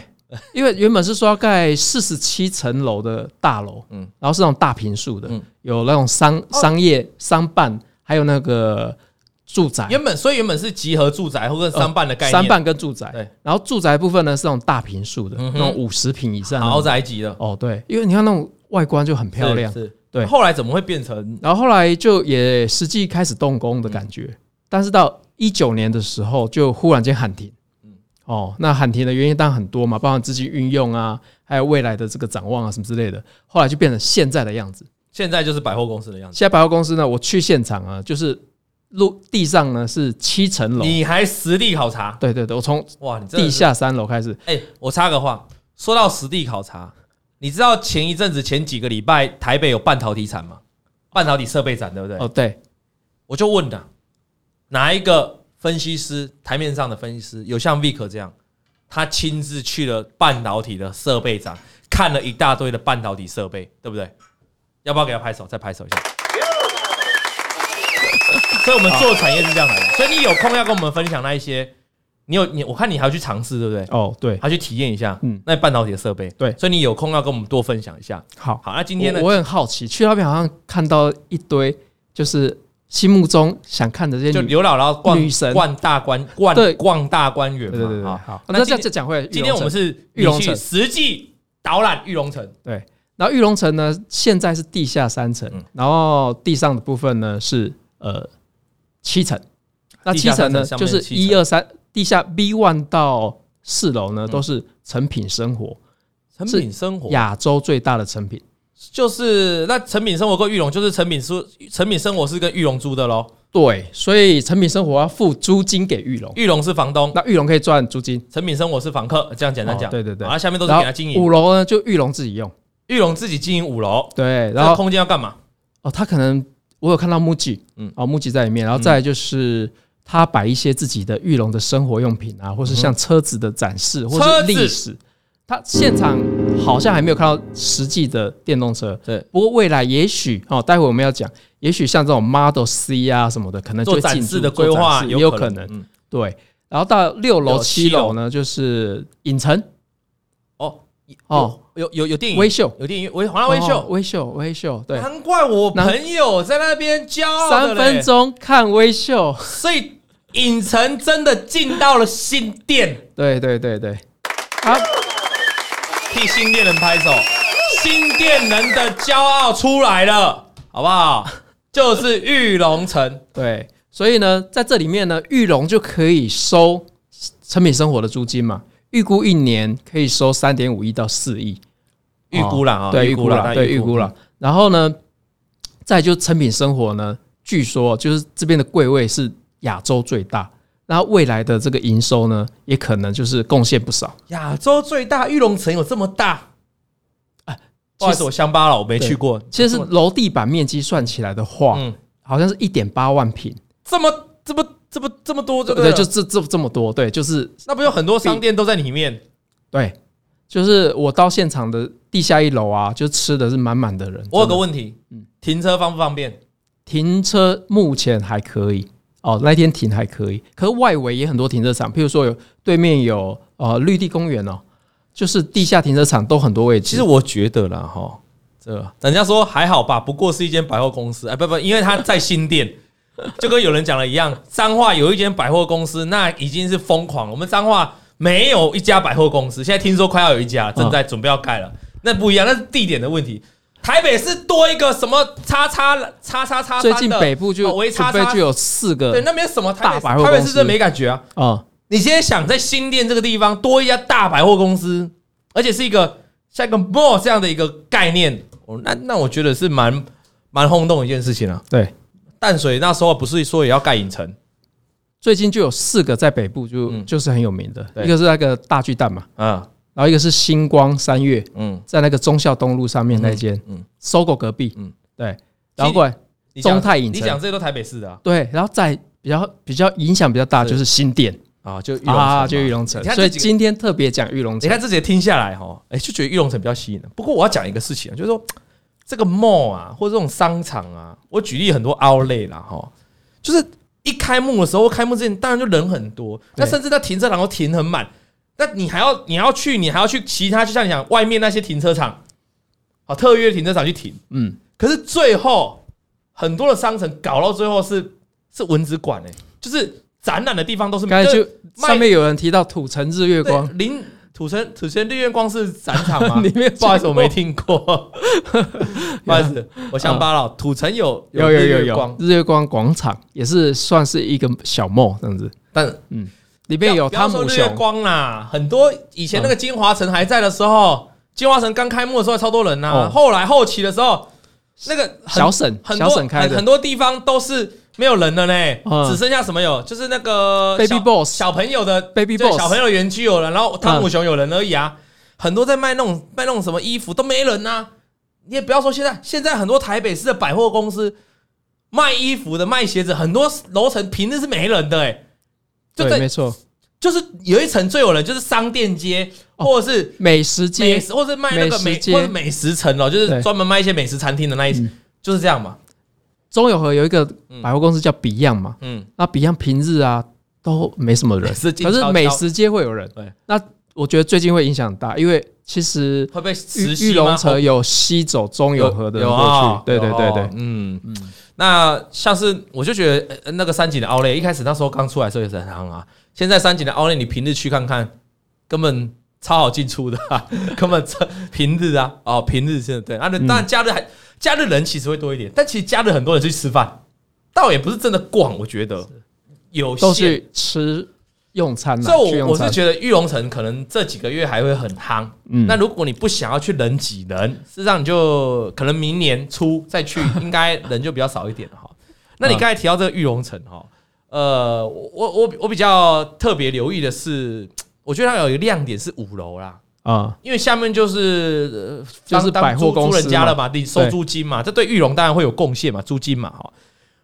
[SPEAKER 1] 因为原本是说要盖四十七层楼的大楼，
[SPEAKER 2] 嗯
[SPEAKER 1] 嗯，然后是那种大平数的，
[SPEAKER 2] 嗯哦
[SPEAKER 1] 有那种商商业、商办，还有那个住宅，
[SPEAKER 2] 原本所以原本是集合住宅或
[SPEAKER 1] 哦
[SPEAKER 2] 者商办的概念，
[SPEAKER 1] 商办跟住宅，
[SPEAKER 2] 对
[SPEAKER 1] 然后住宅部分呢是那种大平数的，
[SPEAKER 2] 嗯哼
[SPEAKER 1] 那种五十平以上的
[SPEAKER 2] 豪宅级的，
[SPEAKER 1] 哦，对，因为你看那种外观就很漂亮，
[SPEAKER 2] 是是
[SPEAKER 1] 对
[SPEAKER 2] 后来怎么会变成
[SPEAKER 1] 然后后来就也实际开始动工的感觉，但是到一九年的时候就忽然间喊停。
[SPEAKER 2] 嗯
[SPEAKER 1] 哦，那喊停的原因当然很多嘛，包含资金运用啊，还有未来的这个展望啊什么之类的。后来就变成现在的样子。
[SPEAKER 2] 现在就是百货公司的样子？
[SPEAKER 1] 现在百货公司呢，我去现场啊，就是路地上呢是七层楼，
[SPEAKER 2] 你还实地考察？
[SPEAKER 1] 对对对，我从
[SPEAKER 2] 哇，你真的
[SPEAKER 1] 地
[SPEAKER 2] 是
[SPEAKER 1] 下三楼开始，
[SPEAKER 2] 哎、我插个话，说到实地考察，你知道前一阵子前几个礼拜台北有半导体展吗？半导体设备展对不对？
[SPEAKER 1] 哦对，
[SPEAKER 2] 我就问了，哪一个分析师台面上的分析师有像 Vic 这样，他亲自去了半导体的设备展，看了一大堆的半导体设备，对不对？要不要给他拍手？再拍手一下。所以我们做产业是这样来的，所以你有空要跟我们分享那一些，你有你我看你还要去尝试，对不对？
[SPEAKER 1] 哦对，
[SPEAKER 2] 他去体验一下，嗯
[SPEAKER 1] 嗯，
[SPEAKER 2] 那半导体的设备，
[SPEAKER 1] 对
[SPEAKER 2] 所以你有空要跟我们多分享一下。
[SPEAKER 1] 好，
[SPEAKER 2] 好，那今天呢
[SPEAKER 1] 我，我很好奇，去那边好像看到一堆就是心目中想看的这些
[SPEAKER 2] 就
[SPEAKER 1] 女，
[SPEAKER 2] 刘姥姥逛
[SPEAKER 1] 女神
[SPEAKER 2] 逛大观，逛
[SPEAKER 1] 对
[SPEAKER 2] 逛大观园
[SPEAKER 1] 对对对对，
[SPEAKER 2] 嘛。啊
[SPEAKER 1] 好，
[SPEAKER 2] 那
[SPEAKER 1] 那这
[SPEAKER 2] 今天
[SPEAKER 1] 样就讲回来玉龙
[SPEAKER 2] 今天我
[SPEAKER 1] 城
[SPEAKER 2] 们是
[SPEAKER 1] 玉龙
[SPEAKER 2] 你去
[SPEAKER 1] 城
[SPEAKER 2] 实际导览玉龙城，
[SPEAKER 1] 对，然后玉龙城呢，现在是地下三层，
[SPEAKER 2] 嗯
[SPEAKER 1] 然后地上的部分呢是呃七层，那
[SPEAKER 2] 地
[SPEAKER 1] 七
[SPEAKER 2] 下三
[SPEAKER 1] 层呢
[SPEAKER 2] 层上
[SPEAKER 1] 就
[SPEAKER 2] 面
[SPEAKER 1] 是
[SPEAKER 2] 七层
[SPEAKER 1] 一二三，地下 B one 到四楼
[SPEAKER 2] 嗯
[SPEAKER 1] 呢都是成品生活，
[SPEAKER 2] 成品生活
[SPEAKER 1] 亚洲最大的成品。
[SPEAKER 2] 就是那成品生活跟玉龙就是成品书，成品生活是跟玉龙租的喽，
[SPEAKER 1] 对，所以成品生活要付租金给玉龙，
[SPEAKER 2] 玉龙是房东，
[SPEAKER 1] 那玉龙可以赚租金。
[SPEAKER 2] 成品生活是房客，这样简单
[SPEAKER 1] 哦
[SPEAKER 2] 讲。
[SPEAKER 1] 对对对
[SPEAKER 2] 好那下面都是
[SPEAKER 1] 然
[SPEAKER 2] 给
[SPEAKER 1] 后
[SPEAKER 2] 他经营，
[SPEAKER 1] 五楼呢就玉龙自己用，
[SPEAKER 2] 玉龙自己经营五楼，
[SPEAKER 1] 对，
[SPEAKER 2] 然
[SPEAKER 1] 然
[SPEAKER 2] 后
[SPEAKER 1] 后
[SPEAKER 2] 空间要干嘛？
[SPEAKER 1] 哦他可能我有看到木吉，
[SPEAKER 2] 嗯
[SPEAKER 1] 嗯，哦木吉在里面，然后再来就是。他摆一些自己的玉龙的生活用品啊，或是像车子的展示，或
[SPEAKER 2] 嗯车
[SPEAKER 1] 是
[SPEAKER 2] 子
[SPEAKER 1] 历史。他现场好像还没有看到实际的电动车，
[SPEAKER 2] 对。
[SPEAKER 1] 不过未来也许哦，待会我们要讲，也许像这种 Model C 啊什么的，可能就
[SPEAKER 2] 做
[SPEAKER 1] 会
[SPEAKER 2] 展
[SPEAKER 1] 进
[SPEAKER 2] 示
[SPEAKER 1] 驻
[SPEAKER 2] 的
[SPEAKER 1] 做
[SPEAKER 2] 规划
[SPEAKER 1] 展示也有
[SPEAKER 2] 可
[SPEAKER 1] 可
[SPEAKER 2] 能
[SPEAKER 1] 能。
[SPEAKER 2] 嗯
[SPEAKER 1] 对。然后到六
[SPEAKER 2] 六
[SPEAKER 1] 楼、
[SPEAKER 2] 七
[SPEAKER 1] 七
[SPEAKER 2] 楼
[SPEAKER 1] 楼呢，就是影城、
[SPEAKER 2] 哦哦
[SPEAKER 1] 哦，
[SPEAKER 2] 有有有电影
[SPEAKER 1] 微秀、
[SPEAKER 2] 有电影微华纳微秀
[SPEAKER 1] 哦，微秀、微秀，对，
[SPEAKER 2] 难怪我朋友在那边骄傲
[SPEAKER 1] 三
[SPEAKER 2] 的嘞
[SPEAKER 1] 分，钟看微秀，
[SPEAKER 2] 所以影城真的进到了新店，
[SPEAKER 1] 对对对对。啊，
[SPEAKER 2] 替新店人拍 手，新店人的骄傲出来了，好不好？就是玉龙城，
[SPEAKER 1] 对，所以呢，在这里面呢，玉龙就可以收成品生活的租金嘛，预估一年可以收三点五亿到四亿，哦
[SPEAKER 2] 预估啦啊，
[SPEAKER 1] 对，预估
[SPEAKER 2] 大
[SPEAKER 1] 了，
[SPEAKER 2] 家
[SPEAKER 1] 对，预估了。。然后呢，再就成品生活呢，据说就是这边的柜位是亚洲最大，那未来的这个营收呢，也可能就是贡献不少。
[SPEAKER 2] 亚洲最大玉龙城有这么大？不好
[SPEAKER 1] 啊其
[SPEAKER 2] 意思，
[SPEAKER 1] 实
[SPEAKER 2] 我乡巴佬，我没去过。
[SPEAKER 1] 其实是楼地板面积算起来的话，
[SPEAKER 2] 嗯，
[SPEAKER 1] 好像是一点八万平，
[SPEAKER 2] 这么这么这么这么多，对
[SPEAKER 1] 对
[SPEAKER 2] 不对？
[SPEAKER 1] 就这这这么多，对，就是
[SPEAKER 2] 那不有很多商店都在里面？
[SPEAKER 1] 对，就是我到现场的地下一楼啊，就吃的是满满的人。
[SPEAKER 2] 我有
[SPEAKER 1] 真
[SPEAKER 2] 个
[SPEAKER 1] 的嗯
[SPEAKER 2] 问题，停车方不方便？
[SPEAKER 1] 停车目前还可以哦，那天停还可以，可是外围也很多停车场，譬如说有对面有呃绿地公园哦，就是地下停车场都很多位置。啊
[SPEAKER 2] 其实我觉得啦，哈，这人家说还好吧，不过是一间百货公司，哎，不不，因为它在新店， 就跟有人讲的一样，彰化有一间百货公司，那已经是疯狂了。我们彰化没有一家百货公司，现在听说快要有一家，正在准备要盖了，
[SPEAKER 1] 嗯
[SPEAKER 2] 那不一样，那是地点的问题。台北是多一个什么叉叉叉叉叉，
[SPEAKER 1] 最近北部就
[SPEAKER 2] 哦维
[SPEAKER 1] 准
[SPEAKER 2] 叉
[SPEAKER 1] 备
[SPEAKER 2] 叉
[SPEAKER 1] 就有四
[SPEAKER 2] 对
[SPEAKER 1] 个
[SPEAKER 2] 那边什么台北
[SPEAKER 1] 大百货
[SPEAKER 2] 台北
[SPEAKER 1] 公
[SPEAKER 2] 市
[SPEAKER 1] 司
[SPEAKER 2] 真没感觉啊。
[SPEAKER 1] 啊、
[SPEAKER 2] 你现在想在新店这个地方多一家大百货公司，而且是一个像一个 mall 这样的一个概念，哦，那那我觉得是蛮蛮轰动的一件事情啊。
[SPEAKER 1] 对，
[SPEAKER 2] 淡水那时候不是说也要盖影城，
[SPEAKER 1] 最近就有四个在北部就、
[SPEAKER 2] 嗯
[SPEAKER 1] 就是很有名的，
[SPEAKER 2] 对
[SPEAKER 1] 一个是那个大巨蛋嘛，
[SPEAKER 2] 啊，
[SPEAKER 1] 然后一个是星光三月，
[SPEAKER 2] 嗯，
[SPEAKER 1] 在那个忠孝东路上面那间，
[SPEAKER 2] 嗯嗯
[SPEAKER 1] 嗯，搜狗隔壁，
[SPEAKER 2] 嗯
[SPEAKER 1] 嗯，对，然后过来
[SPEAKER 2] 你讲
[SPEAKER 1] 中泰影城
[SPEAKER 2] 你讲这些都台北市的啊，
[SPEAKER 1] 对，然后再比较比较影响比较大
[SPEAKER 2] 是
[SPEAKER 1] 就是新店
[SPEAKER 2] 啊就玉龙城嘛
[SPEAKER 1] 啊，就玉龙城
[SPEAKER 2] 你，看
[SPEAKER 1] 所以
[SPEAKER 2] 这几个
[SPEAKER 1] 今天特别讲玉龙
[SPEAKER 2] 你
[SPEAKER 1] 城，
[SPEAKER 2] 看这些听下来哈，哎、就觉得玉龙城比较吸引人。不过我要讲一个事情啊，就是说这个 mall 啊，或者这种商场啊，我举例很多 outlet 啦哈，就是一开幕的时候，开幕之前当然就人很多，那甚至在停车场都停很满，那你还要你要去，你还要去其他，就像你讲外面那些停车场，啊，特约停车场去停，
[SPEAKER 1] 嗯，
[SPEAKER 2] 可是最后很多的商城搞到最后是是蚊子馆哎、就是展览的地方都是
[SPEAKER 1] 刚才
[SPEAKER 2] 是
[SPEAKER 1] 就
[SPEAKER 2] 哎卖
[SPEAKER 1] 上面有人提到土城日月
[SPEAKER 2] 对
[SPEAKER 1] 光，
[SPEAKER 2] 林土城土城绿月光是展场吗
[SPEAKER 1] ？你没有
[SPEAKER 2] 不好意
[SPEAKER 1] 去
[SPEAKER 2] 思，
[SPEAKER 1] 过
[SPEAKER 2] 我没 听过。不好意思，我乡巴佬。土城有
[SPEAKER 1] 嗯有有
[SPEAKER 2] 绿
[SPEAKER 1] 有
[SPEAKER 2] 月
[SPEAKER 1] 有
[SPEAKER 2] 光，
[SPEAKER 1] 日月光广场也是算是一个小梦这样子，
[SPEAKER 2] 但
[SPEAKER 1] 里
[SPEAKER 2] 不要
[SPEAKER 1] 面有
[SPEAKER 2] 不要
[SPEAKER 1] 汤
[SPEAKER 2] 说
[SPEAKER 1] 姆
[SPEAKER 2] 日月
[SPEAKER 1] 熊，嗯
[SPEAKER 2] 光啦，很多以前那个金华城还在的时候，金华城刚开幕的时候超多人呐。
[SPEAKER 1] 哦
[SPEAKER 2] 后来后期的时候，那个很
[SPEAKER 1] 小沈
[SPEAKER 2] 很
[SPEAKER 1] 小
[SPEAKER 2] 多
[SPEAKER 1] 沈开
[SPEAKER 2] 很
[SPEAKER 1] 的
[SPEAKER 2] 很多地方都是没有人的嘞，
[SPEAKER 1] 嗯
[SPEAKER 2] 只剩下什么有，就是那个
[SPEAKER 1] Baby
[SPEAKER 2] 小
[SPEAKER 1] Boss
[SPEAKER 2] 小朋友的
[SPEAKER 1] Baby
[SPEAKER 2] 对
[SPEAKER 1] Boss
[SPEAKER 2] 小朋友的园区有人，然后汤姆熊有人而已啊，很多在卖那种卖那种什么衣服都没人呐、啊你也不要说现在，现在很多台北市的百货公司卖衣服的、卖鞋子，很多楼层平日是没人的、欸，哎，就
[SPEAKER 1] 对，没
[SPEAKER 2] 在
[SPEAKER 1] 错，
[SPEAKER 2] 就是有一层最有人，就是商店街、或者是
[SPEAKER 1] 哦美食
[SPEAKER 2] 美
[SPEAKER 1] 街
[SPEAKER 2] 食，或者是卖那个美
[SPEAKER 1] 美食街
[SPEAKER 2] 或者美食城哦，就是
[SPEAKER 1] 对嗯
[SPEAKER 2] 专门卖一些美食餐厅的那一层，就是这样嘛，
[SPEAKER 1] 中友和有一个
[SPEAKER 2] 嗯
[SPEAKER 1] 百货公司叫 Beyond 嘛，
[SPEAKER 2] 嗯。
[SPEAKER 1] 那 Beyond 平日啊都没什 么人，
[SPEAKER 2] 是静
[SPEAKER 1] 可
[SPEAKER 2] 悄悄
[SPEAKER 1] 是美食街会有人。
[SPEAKER 2] 对，
[SPEAKER 1] 那我觉得最近会影响很大，因为其实
[SPEAKER 2] 会被持
[SPEAKER 1] 玉玉
[SPEAKER 2] 续吗
[SPEAKER 1] 龙城有吸走中友和的人
[SPEAKER 2] 有
[SPEAKER 1] 过
[SPEAKER 2] 啊
[SPEAKER 1] 去，，对对
[SPEAKER 2] 有
[SPEAKER 1] 对
[SPEAKER 2] 啊
[SPEAKER 1] 对，
[SPEAKER 2] 嗯嗯。那像是我就觉得呃那个三井的奥莱，一开始那时候刚出来的时候也是很行啊。现在三井的奥莱，你平日去看看，根本超好进出的、啊， 根本超平日啊，哦，平日真的对。啊，那当然假日还假日人其实会多一点，但其实假日很多人去吃饭，倒也不是真的逛，我觉得有
[SPEAKER 1] 都
[SPEAKER 2] 限啊
[SPEAKER 1] 去吃用餐了
[SPEAKER 2] 所，
[SPEAKER 1] 去
[SPEAKER 2] 以我
[SPEAKER 1] 用
[SPEAKER 2] 我是
[SPEAKER 1] 餐。
[SPEAKER 2] 觉得玉龙城可能这几个月还会很夯。
[SPEAKER 1] 嗯
[SPEAKER 2] 那如果你不想要去人挤人，事实上你就可能明年初再去，应该人就比较少一点了 哈。那你
[SPEAKER 1] 嗯
[SPEAKER 2] 刚才提到这个玉龙城哈，呃，我我我我比较特别留意的是，我觉得它有一个亮点是五楼啦。
[SPEAKER 1] 啊，
[SPEAKER 2] 因为下面就是呃
[SPEAKER 1] 就是
[SPEAKER 2] 当
[SPEAKER 1] 百货
[SPEAKER 2] 当租
[SPEAKER 1] 公司
[SPEAKER 2] 租人家
[SPEAKER 1] 嘛
[SPEAKER 2] 了嘛，你收
[SPEAKER 1] 对
[SPEAKER 2] 租金嘛，这对玉龙当然会有贡献嘛，租金嘛哈。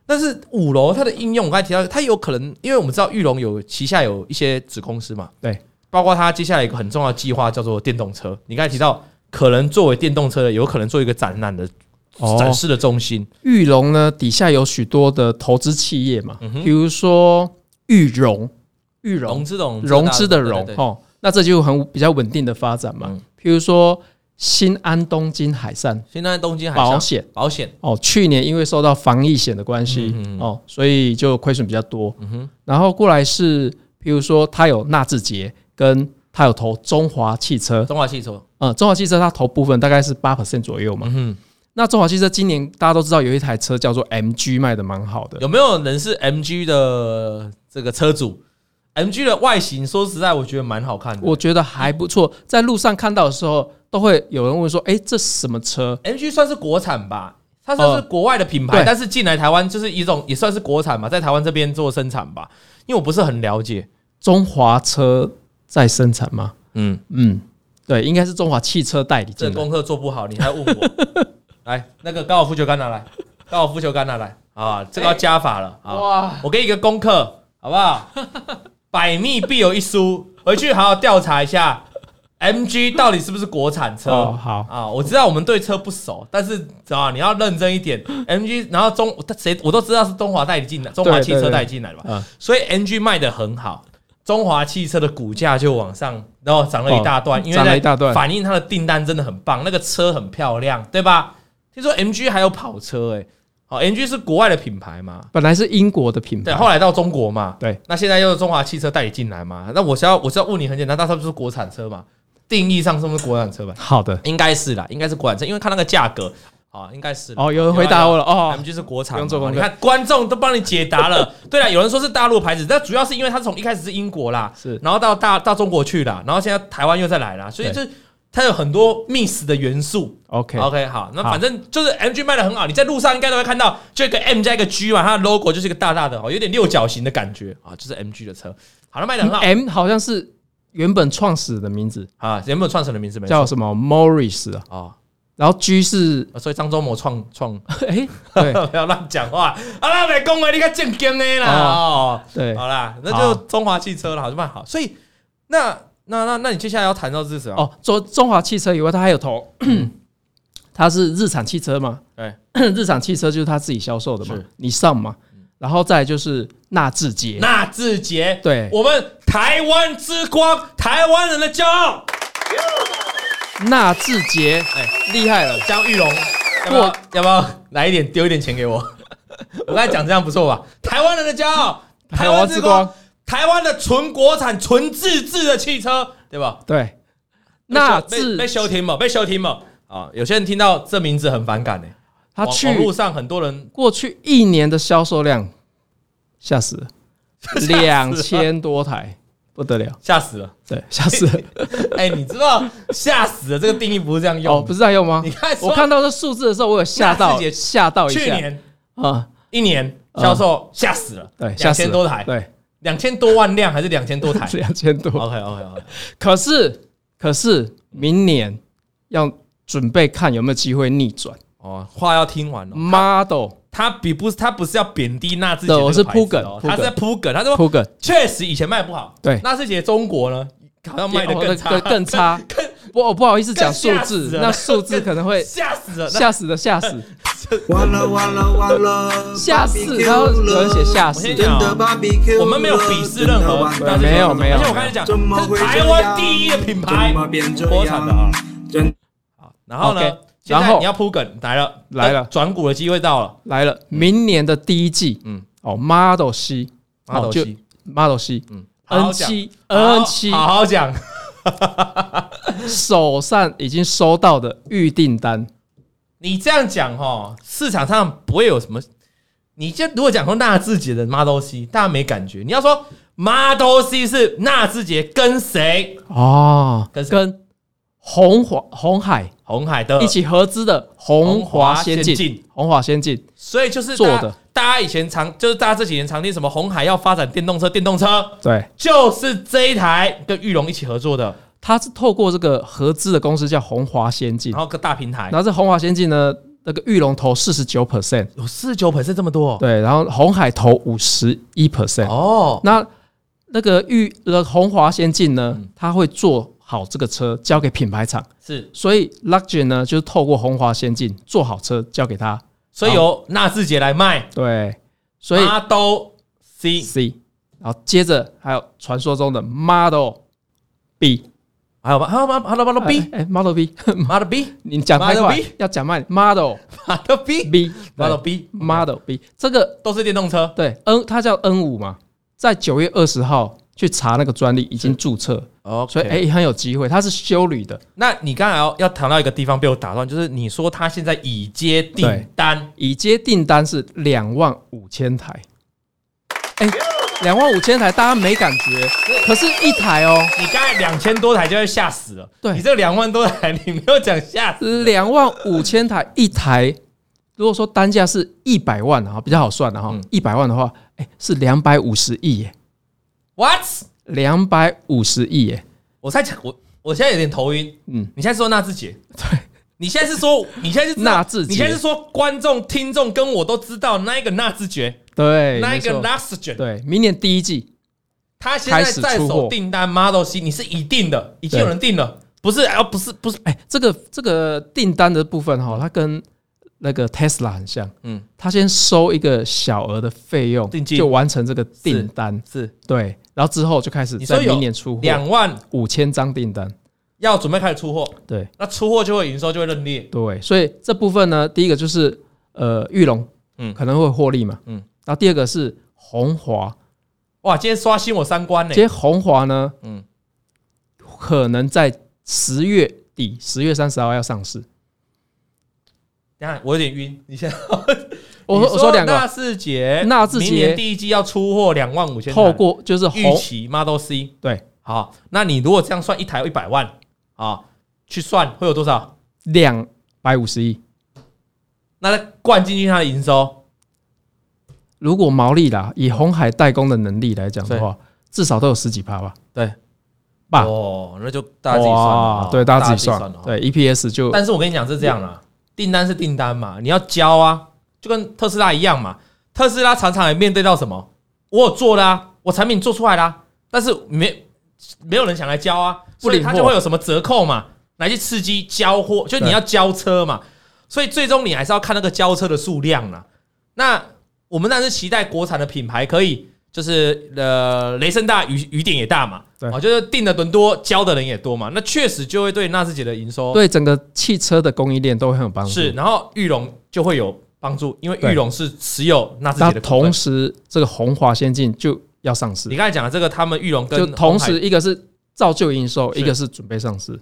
[SPEAKER 2] 但是五楼它的应用，我刚才提到，它有可能，因为我们知道玉龙有旗下有一些子公司嘛，
[SPEAKER 1] 对，
[SPEAKER 2] 包括它接下来一个很重要的计划叫做电动车。你刚才提到，可能作为电动车的，有可能做一个展览的
[SPEAKER 1] 哦
[SPEAKER 2] 展示的中心，
[SPEAKER 1] 玉龙呢底下有许多的投资企业嘛，
[SPEAKER 2] 嗯哼
[SPEAKER 1] 比如说玉龙、玉
[SPEAKER 2] 融
[SPEAKER 1] 龙、
[SPEAKER 2] 资的融，
[SPEAKER 1] 融资的
[SPEAKER 2] 对
[SPEAKER 1] 融
[SPEAKER 2] 对对
[SPEAKER 1] 哦，那这就很比较稳定的发展嘛
[SPEAKER 2] 嗯。
[SPEAKER 1] 比如说新安东京海山
[SPEAKER 2] 现在东京海
[SPEAKER 1] 保
[SPEAKER 2] 上
[SPEAKER 1] 险。
[SPEAKER 2] 保险，
[SPEAKER 1] 哦，去年因为受到防疫险的关系，
[SPEAKER 2] 嗯嗯嗯
[SPEAKER 1] 哦，所以就亏损比较多。
[SPEAKER 2] 嗯哼，
[SPEAKER 1] 然后过来是，譬如说他有纳智捷，跟他有投中华汽车，
[SPEAKER 2] 中华汽车，
[SPEAKER 1] 呃，中华汽车它投部分大概是八 percent 左右嘛。
[SPEAKER 2] 嗯哼，
[SPEAKER 1] 那中华汽车今年大家都知道有一台车叫做 MG 卖的蛮好的，
[SPEAKER 2] 有没有人是 MG 的这个车主？MG 的外形，说实在，我觉得蛮好看的。
[SPEAKER 1] 我觉得还不错。在路上看到的时候，都会有人问说：“哎、这是什么车
[SPEAKER 2] MG 算是国产吧，它算是国外的品牌，
[SPEAKER 1] 哦对
[SPEAKER 2] 但是进来台湾就是一种也算是国产嘛，在台湾这边做生产吧。因为我不是很了解，
[SPEAKER 1] 中华车在生产吗？
[SPEAKER 2] 嗯，
[SPEAKER 1] 嗯，对，应该是中华汽车代理
[SPEAKER 2] 这
[SPEAKER 1] 进来。
[SPEAKER 2] 功课做不好，你还问我？ 来，那个高尔夫球杆拿来，高尔夫球杆拿来啊，这个要加法了啊！
[SPEAKER 1] 哇，
[SPEAKER 2] 我给你一个功课，好不好？ 百密必有一疏，回去好好调查一下，MG 到底是不是国产车？
[SPEAKER 1] 哦，好，
[SPEAKER 2] 啊，我知道我们对车不熟，但是啊，你要认真一点。MG，然后中谁我都知道是中华代理进来，中华
[SPEAKER 1] 对
[SPEAKER 2] 汽
[SPEAKER 1] 对
[SPEAKER 2] 车
[SPEAKER 1] 对
[SPEAKER 2] 代理进来的嘛，
[SPEAKER 1] 嗯，
[SPEAKER 2] 所以 MG 卖的很好，中华汽车的股价就往上，然后涨了一大段，因
[SPEAKER 1] 哦
[SPEAKER 2] 为
[SPEAKER 1] 涨了
[SPEAKER 2] 在
[SPEAKER 1] 一大段
[SPEAKER 2] 反映它的订单真的很棒，那个车很漂亮，对吧？听说 MG 还有跑车、欸，哎，好，MG 是国外的品牌嘛，
[SPEAKER 1] 本来是英国的品
[SPEAKER 2] 对，
[SPEAKER 1] 牌，
[SPEAKER 2] 后来到中国嘛，
[SPEAKER 1] 对，
[SPEAKER 2] 那现在又是中华汽车代理进来嘛，那我是要我是要问你很简单，那它是不是国产车嘛？定义上是不是国产车吧？
[SPEAKER 1] 好的，
[SPEAKER 2] 应该是啦，应该是国产车，因为看那个价格啊，应该是啦。
[SPEAKER 1] 哦，有人回答我了，哦，
[SPEAKER 2] MG 是国产
[SPEAKER 1] 不
[SPEAKER 2] 嘛，
[SPEAKER 1] 用做功课
[SPEAKER 2] 你看观众都帮你解答了。对了，有人说是大陆牌子，但主要是因为它从一开始是英国啦，
[SPEAKER 1] 是
[SPEAKER 2] 然后到大到中国去啦，然后现在台湾又再来啦，所以就是它有很多 miss 的元素。
[SPEAKER 1] OK，
[SPEAKER 2] OK，好，那
[SPEAKER 1] 好
[SPEAKER 2] 反正就是 MG 卖的很好，你在路上应该都会看到，就一个 M 加一个 G 嘛，它的 logo 就是一个大大的哦，有点六角形的感觉啊，就是 MG 的车，好了，卖的很好
[SPEAKER 1] M 好像是原本创始的名字
[SPEAKER 2] 啊，有没有创始人名字没错
[SPEAKER 1] 叫什么 Morris 啊，
[SPEAKER 2] 啊？
[SPEAKER 1] 然后 G 是
[SPEAKER 2] 哦所以张忠谋创创
[SPEAKER 1] 哎，对
[SPEAKER 2] 不要乱讲话，啊，那没恭维你个正经的啦，哦，
[SPEAKER 1] 对，哦
[SPEAKER 2] 好啦，那
[SPEAKER 1] 好
[SPEAKER 2] 就中华汽车了，好就蛮好。所以那那那那你接下来要谈到是什么？
[SPEAKER 1] 哦，中中华汽车以外，它还有投， 它是日产汽车嘛？
[SPEAKER 2] 对，
[SPEAKER 1] 日产汽车就是它自己销售的嘛
[SPEAKER 2] 是，嗯
[SPEAKER 1] 你上嘛，然后再来就是纳智捷，
[SPEAKER 2] 纳智捷，
[SPEAKER 1] 对，
[SPEAKER 2] 我们台湾之光，台湾人的骄傲，
[SPEAKER 1] 纳智捷，哎，厉害了，
[SPEAKER 2] 江玉龙，要不要要不要来一点丢一点钱给我？ 我刚才讲这样不错吧？台湾人的骄傲，
[SPEAKER 1] 哎
[SPEAKER 2] 台湾之光，，台湾的纯国产、纯自制的汽车，对吧？
[SPEAKER 1] 对，纳
[SPEAKER 2] 被修
[SPEAKER 1] 智
[SPEAKER 2] 被被休停嘛，被休停嘛。啊，有些人听到这名字很反感呢、
[SPEAKER 1] 它
[SPEAKER 2] 网网
[SPEAKER 1] 去
[SPEAKER 2] 络上很多人
[SPEAKER 1] 过去一年的销售量，吓死 了，两千多台，不得了，
[SPEAKER 2] 吓死了。
[SPEAKER 1] 对，吓死了，
[SPEAKER 2] 哎、你知道吓死了这个定义不是这样用的。
[SPEAKER 1] 哦，不是在用吗
[SPEAKER 2] 你？看说，
[SPEAKER 1] 我看到这数字的时候，我有吓
[SPEAKER 2] 纳
[SPEAKER 1] 到
[SPEAKER 2] 智，捷
[SPEAKER 1] 吓到一
[SPEAKER 2] 去
[SPEAKER 1] 下
[SPEAKER 2] 年
[SPEAKER 1] 啊，
[SPEAKER 2] 一年销售吓死了，
[SPEAKER 1] 对，吓
[SPEAKER 2] 两
[SPEAKER 1] 死
[SPEAKER 2] 千
[SPEAKER 1] 了
[SPEAKER 2] 多台，
[SPEAKER 1] 对，
[SPEAKER 2] 两千多万辆还是两千 多台
[SPEAKER 1] 两千多，
[SPEAKER 2] ？OK OK OK，
[SPEAKER 1] 可是，可是明年要准备看有没有机会逆转。
[SPEAKER 2] 哦，话要听完了。
[SPEAKER 1] Model
[SPEAKER 2] 他比不是他不是要贬低纳智捷这
[SPEAKER 1] 对
[SPEAKER 2] 个
[SPEAKER 1] 我
[SPEAKER 2] 牌
[SPEAKER 1] 是
[SPEAKER 2] 子
[SPEAKER 1] 铺
[SPEAKER 2] 哦，
[SPEAKER 1] 梗
[SPEAKER 2] 他是在铺梗。他说
[SPEAKER 1] 铺梗，
[SPEAKER 2] 确实以前卖不好，
[SPEAKER 1] 对
[SPEAKER 2] 纳智捷中国呢好像卖的
[SPEAKER 1] 哦
[SPEAKER 2] 更差，
[SPEAKER 1] 更差。不，我不好意思讲数
[SPEAKER 2] 吓
[SPEAKER 1] 字
[SPEAKER 2] 死，人
[SPEAKER 1] 那数字可能会
[SPEAKER 2] 吓死了。 那
[SPEAKER 1] 吓死的吓死，
[SPEAKER 3] 完了完了完了，
[SPEAKER 1] 吓死，然后有人写吓
[SPEAKER 2] 我
[SPEAKER 1] 死
[SPEAKER 2] 先，
[SPEAKER 3] 真
[SPEAKER 2] 讲
[SPEAKER 3] 的 BBQ，
[SPEAKER 2] 我们没有鄙视任何纳
[SPEAKER 3] 真的完
[SPEAKER 2] 智捷
[SPEAKER 3] 了
[SPEAKER 1] 没有没有
[SPEAKER 2] 而且我刚才讲，
[SPEAKER 3] 怎么
[SPEAKER 2] 这
[SPEAKER 3] 会
[SPEAKER 2] 是
[SPEAKER 3] 这样
[SPEAKER 2] 台湾第一的品牌
[SPEAKER 3] 怎么变这
[SPEAKER 2] 国产的啊
[SPEAKER 3] 样？真
[SPEAKER 2] 好然后呢
[SPEAKER 1] OK，？
[SPEAKER 2] 现
[SPEAKER 1] 然
[SPEAKER 2] 在
[SPEAKER 1] 后
[SPEAKER 2] 你要铺梗来了，
[SPEAKER 1] 来了
[SPEAKER 2] 转股的机会到了。
[SPEAKER 1] 来了，明年的第一季，
[SPEAKER 2] 嗯
[SPEAKER 1] 嗯，哦，Model C，
[SPEAKER 2] 马斗
[SPEAKER 1] 哦就
[SPEAKER 2] 西
[SPEAKER 1] Model C。
[SPEAKER 2] 嗯
[SPEAKER 1] N
[SPEAKER 2] 讲
[SPEAKER 1] 七
[SPEAKER 2] 好
[SPEAKER 1] N 七
[SPEAKER 2] 好好讲，
[SPEAKER 1] 手上已经收到的预订单，
[SPEAKER 2] 你这样讲哈，市场上不会有什么。你这如果讲说纳智捷的 Model C，大家没感觉。你要说 Model C 是纳智捷跟谁？
[SPEAKER 1] 哦，
[SPEAKER 2] 跟谁
[SPEAKER 1] 跟红华红海
[SPEAKER 2] 红海的
[SPEAKER 1] 一，起合资的红华先
[SPEAKER 2] 呃红华先进
[SPEAKER 1] 进，红华先进，
[SPEAKER 2] 所以就是
[SPEAKER 1] 做
[SPEAKER 2] 大家
[SPEAKER 1] 的。
[SPEAKER 2] 大家以前常就是大家这几年常听什么红海要发展电动车，电动车
[SPEAKER 1] 对，
[SPEAKER 2] 就是这一台跟玉龙一起合作的，
[SPEAKER 1] 它是透过这个合资的公司叫红华先进
[SPEAKER 2] 然，后个大平台
[SPEAKER 1] 然后这红华先进呢，那个玉龙投四十九 percent，
[SPEAKER 2] 有四十九 percent 这么多
[SPEAKER 1] 对，然后红海投五十一 percent，
[SPEAKER 2] 哦，
[SPEAKER 1] 那那个玉呃红华先进呢，它会做好这个车交给品牌厂，
[SPEAKER 2] 是
[SPEAKER 1] 所以 Luxgen 呢就是透过红华先进做好车交给他，
[SPEAKER 2] 所以由纳智捷来卖
[SPEAKER 1] 对，所以
[SPEAKER 2] Model C，
[SPEAKER 1] C，然后接着还有传说中的 Model B，
[SPEAKER 2] 还有吗？还有吗？Model Model
[SPEAKER 1] 哎
[SPEAKER 2] B
[SPEAKER 1] 哎 Model B。
[SPEAKER 2] Model B
[SPEAKER 1] 你讲太
[SPEAKER 2] Model
[SPEAKER 1] 快
[SPEAKER 2] B，
[SPEAKER 1] 要讲慢。Model
[SPEAKER 2] Model B
[SPEAKER 1] B
[SPEAKER 2] Model B
[SPEAKER 1] Model B 这个
[SPEAKER 2] 都是电动车，
[SPEAKER 1] 对 N 它叫 N 五嘛，在九月二十号去查那个专利已经注册，
[SPEAKER 2] 哦，
[SPEAKER 1] 所以哎、很有机会，它是修旅的，
[SPEAKER 2] 那你刚才要要谈到一个地方被我打断，就是你说他现在已接订单，
[SPEAKER 1] 已接订单是两万五千台，哎、两万五千台大家没感觉，可是一台哦，
[SPEAKER 2] 你刚才两千多台就要吓死了，
[SPEAKER 1] 对
[SPEAKER 2] 你这两万多台你没有讲吓死，
[SPEAKER 1] 两万五千台一台如果说单价是一百万啊，比较好算的哈
[SPEAKER 2] 嗯，
[SPEAKER 1] 一百万的话，哎、是两百五十亿耶，
[SPEAKER 2] What？
[SPEAKER 1] 两百五十亿耶，
[SPEAKER 2] 我在讲，我我现在有点头晕。
[SPEAKER 1] 嗯，
[SPEAKER 2] 你现在是说纳智捷？对，你现在是说你现在是知道
[SPEAKER 1] 纳智捷
[SPEAKER 2] 你现在是说观众、听众跟我都知道那一个纳智捷，
[SPEAKER 1] 对，
[SPEAKER 2] 那
[SPEAKER 1] 没
[SPEAKER 2] 一个
[SPEAKER 1] 错
[SPEAKER 2] n a x g e n
[SPEAKER 1] 对，明年第一季，
[SPEAKER 2] 他现在在
[SPEAKER 1] 开始出
[SPEAKER 2] 手
[SPEAKER 1] 货
[SPEAKER 2] 订单 Model C，你是已定的，已经有人订了，不是？啊，不是，不是，
[SPEAKER 1] 哎、这个这个订单的部分哈，它跟那个 Tesla 很像，
[SPEAKER 2] 嗯，
[SPEAKER 1] 它先收一个小额的费用，
[SPEAKER 2] 定金
[SPEAKER 1] 就完成这个订单，
[SPEAKER 2] 是
[SPEAKER 1] 对，然后之后就开始
[SPEAKER 2] 你说
[SPEAKER 1] 在
[SPEAKER 2] 有
[SPEAKER 1] 明年出货
[SPEAKER 2] 两嗯万
[SPEAKER 1] 五千张订单，
[SPEAKER 2] 要准备开始出货，
[SPEAKER 1] 对
[SPEAKER 2] 那出货就会营收就会认列，
[SPEAKER 1] 对，所以这部分呢，第一个就是呃玉龙，
[SPEAKER 2] 嗯
[SPEAKER 1] 可能会获利嘛，
[SPEAKER 2] 嗯
[SPEAKER 1] 嗯，然后第二个是红华，
[SPEAKER 2] 哇，今天刷新我三观呢
[SPEAKER 1] 其。实红华呢，
[SPEAKER 2] 嗯
[SPEAKER 1] 嗯，可能在十月底，十月三十号要上市。
[SPEAKER 2] 等一下我有点晕，你现在
[SPEAKER 1] 我
[SPEAKER 2] 你
[SPEAKER 1] 说我说两
[SPEAKER 2] 纳
[SPEAKER 1] 个，
[SPEAKER 2] 智捷，
[SPEAKER 1] 纳智捷
[SPEAKER 2] 明年第一季要出货两万五千台，
[SPEAKER 1] 透过就是
[SPEAKER 2] 预
[SPEAKER 1] 红
[SPEAKER 2] 期 Model C。
[SPEAKER 1] 对
[SPEAKER 2] 好，那你如果这样算一台一百万啊，去算会有多少？
[SPEAKER 1] 两百五十亿，
[SPEAKER 2] 那它灌进去它的营收，
[SPEAKER 1] 如果毛利啦，以红海代工的能力来讲的话，至少都有十几趴吧。
[SPEAKER 2] 对，
[SPEAKER 1] 吧
[SPEAKER 2] 哦，那就大家自己算了
[SPEAKER 1] 哇
[SPEAKER 2] 哦，
[SPEAKER 1] 对，大家自己
[SPEAKER 2] 算
[SPEAKER 1] 算
[SPEAKER 2] 哦。
[SPEAKER 1] 对，EPS 就
[SPEAKER 2] 但是我跟你讲是这样啊啦，订单是订单嘛，你要交啊，就跟特斯拉一样嘛。特斯拉常常也面对到什么，我有做啦、啊我产品做出来啦、啊但是没没有人想来交啊，
[SPEAKER 1] 不
[SPEAKER 2] 所以
[SPEAKER 1] 领
[SPEAKER 2] 它
[SPEAKER 1] 货
[SPEAKER 2] 就会有什么折扣嘛，来去刺激交货，就你
[SPEAKER 1] 对
[SPEAKER 2] 要交车嘛，所以最终你还是要看那个交车的数量啦。那我们当然是期待国产的品牌可以，就是呃，雷声大雨雨点也大嘛，
[SPEAKER 1] 对
[SPEAKER 2] 哦，就是订的人多，交的人也多嘛，那确实就会对纳智捷的营收
[SPEAKER 1] 对整个汽车的供应链都会很有帮助。
[SPEAKER 2] 是，，然后玉龙就会有帮助，因为玉龙是持有纳智
[SPEAKER 1] 那
[SPEAKER 2] 捷的股份
[SPEAKER 1] 同时这个红华先进就要上市
[SPEAKER 2] 你，刚才讲的这个，他们玉龙
[SPEAKER 1] 就
[SPEAKER 2] 跟
[SPEAKER 1] 同
[SPEAKER 2] 红
[SPEAKER 1] 时
[SPEAKER 2] 海
[SPEAKER 1] 一个是造就营收，
[SPEAKER 2] 是
[SPEAKER 1] 一个是准备上市。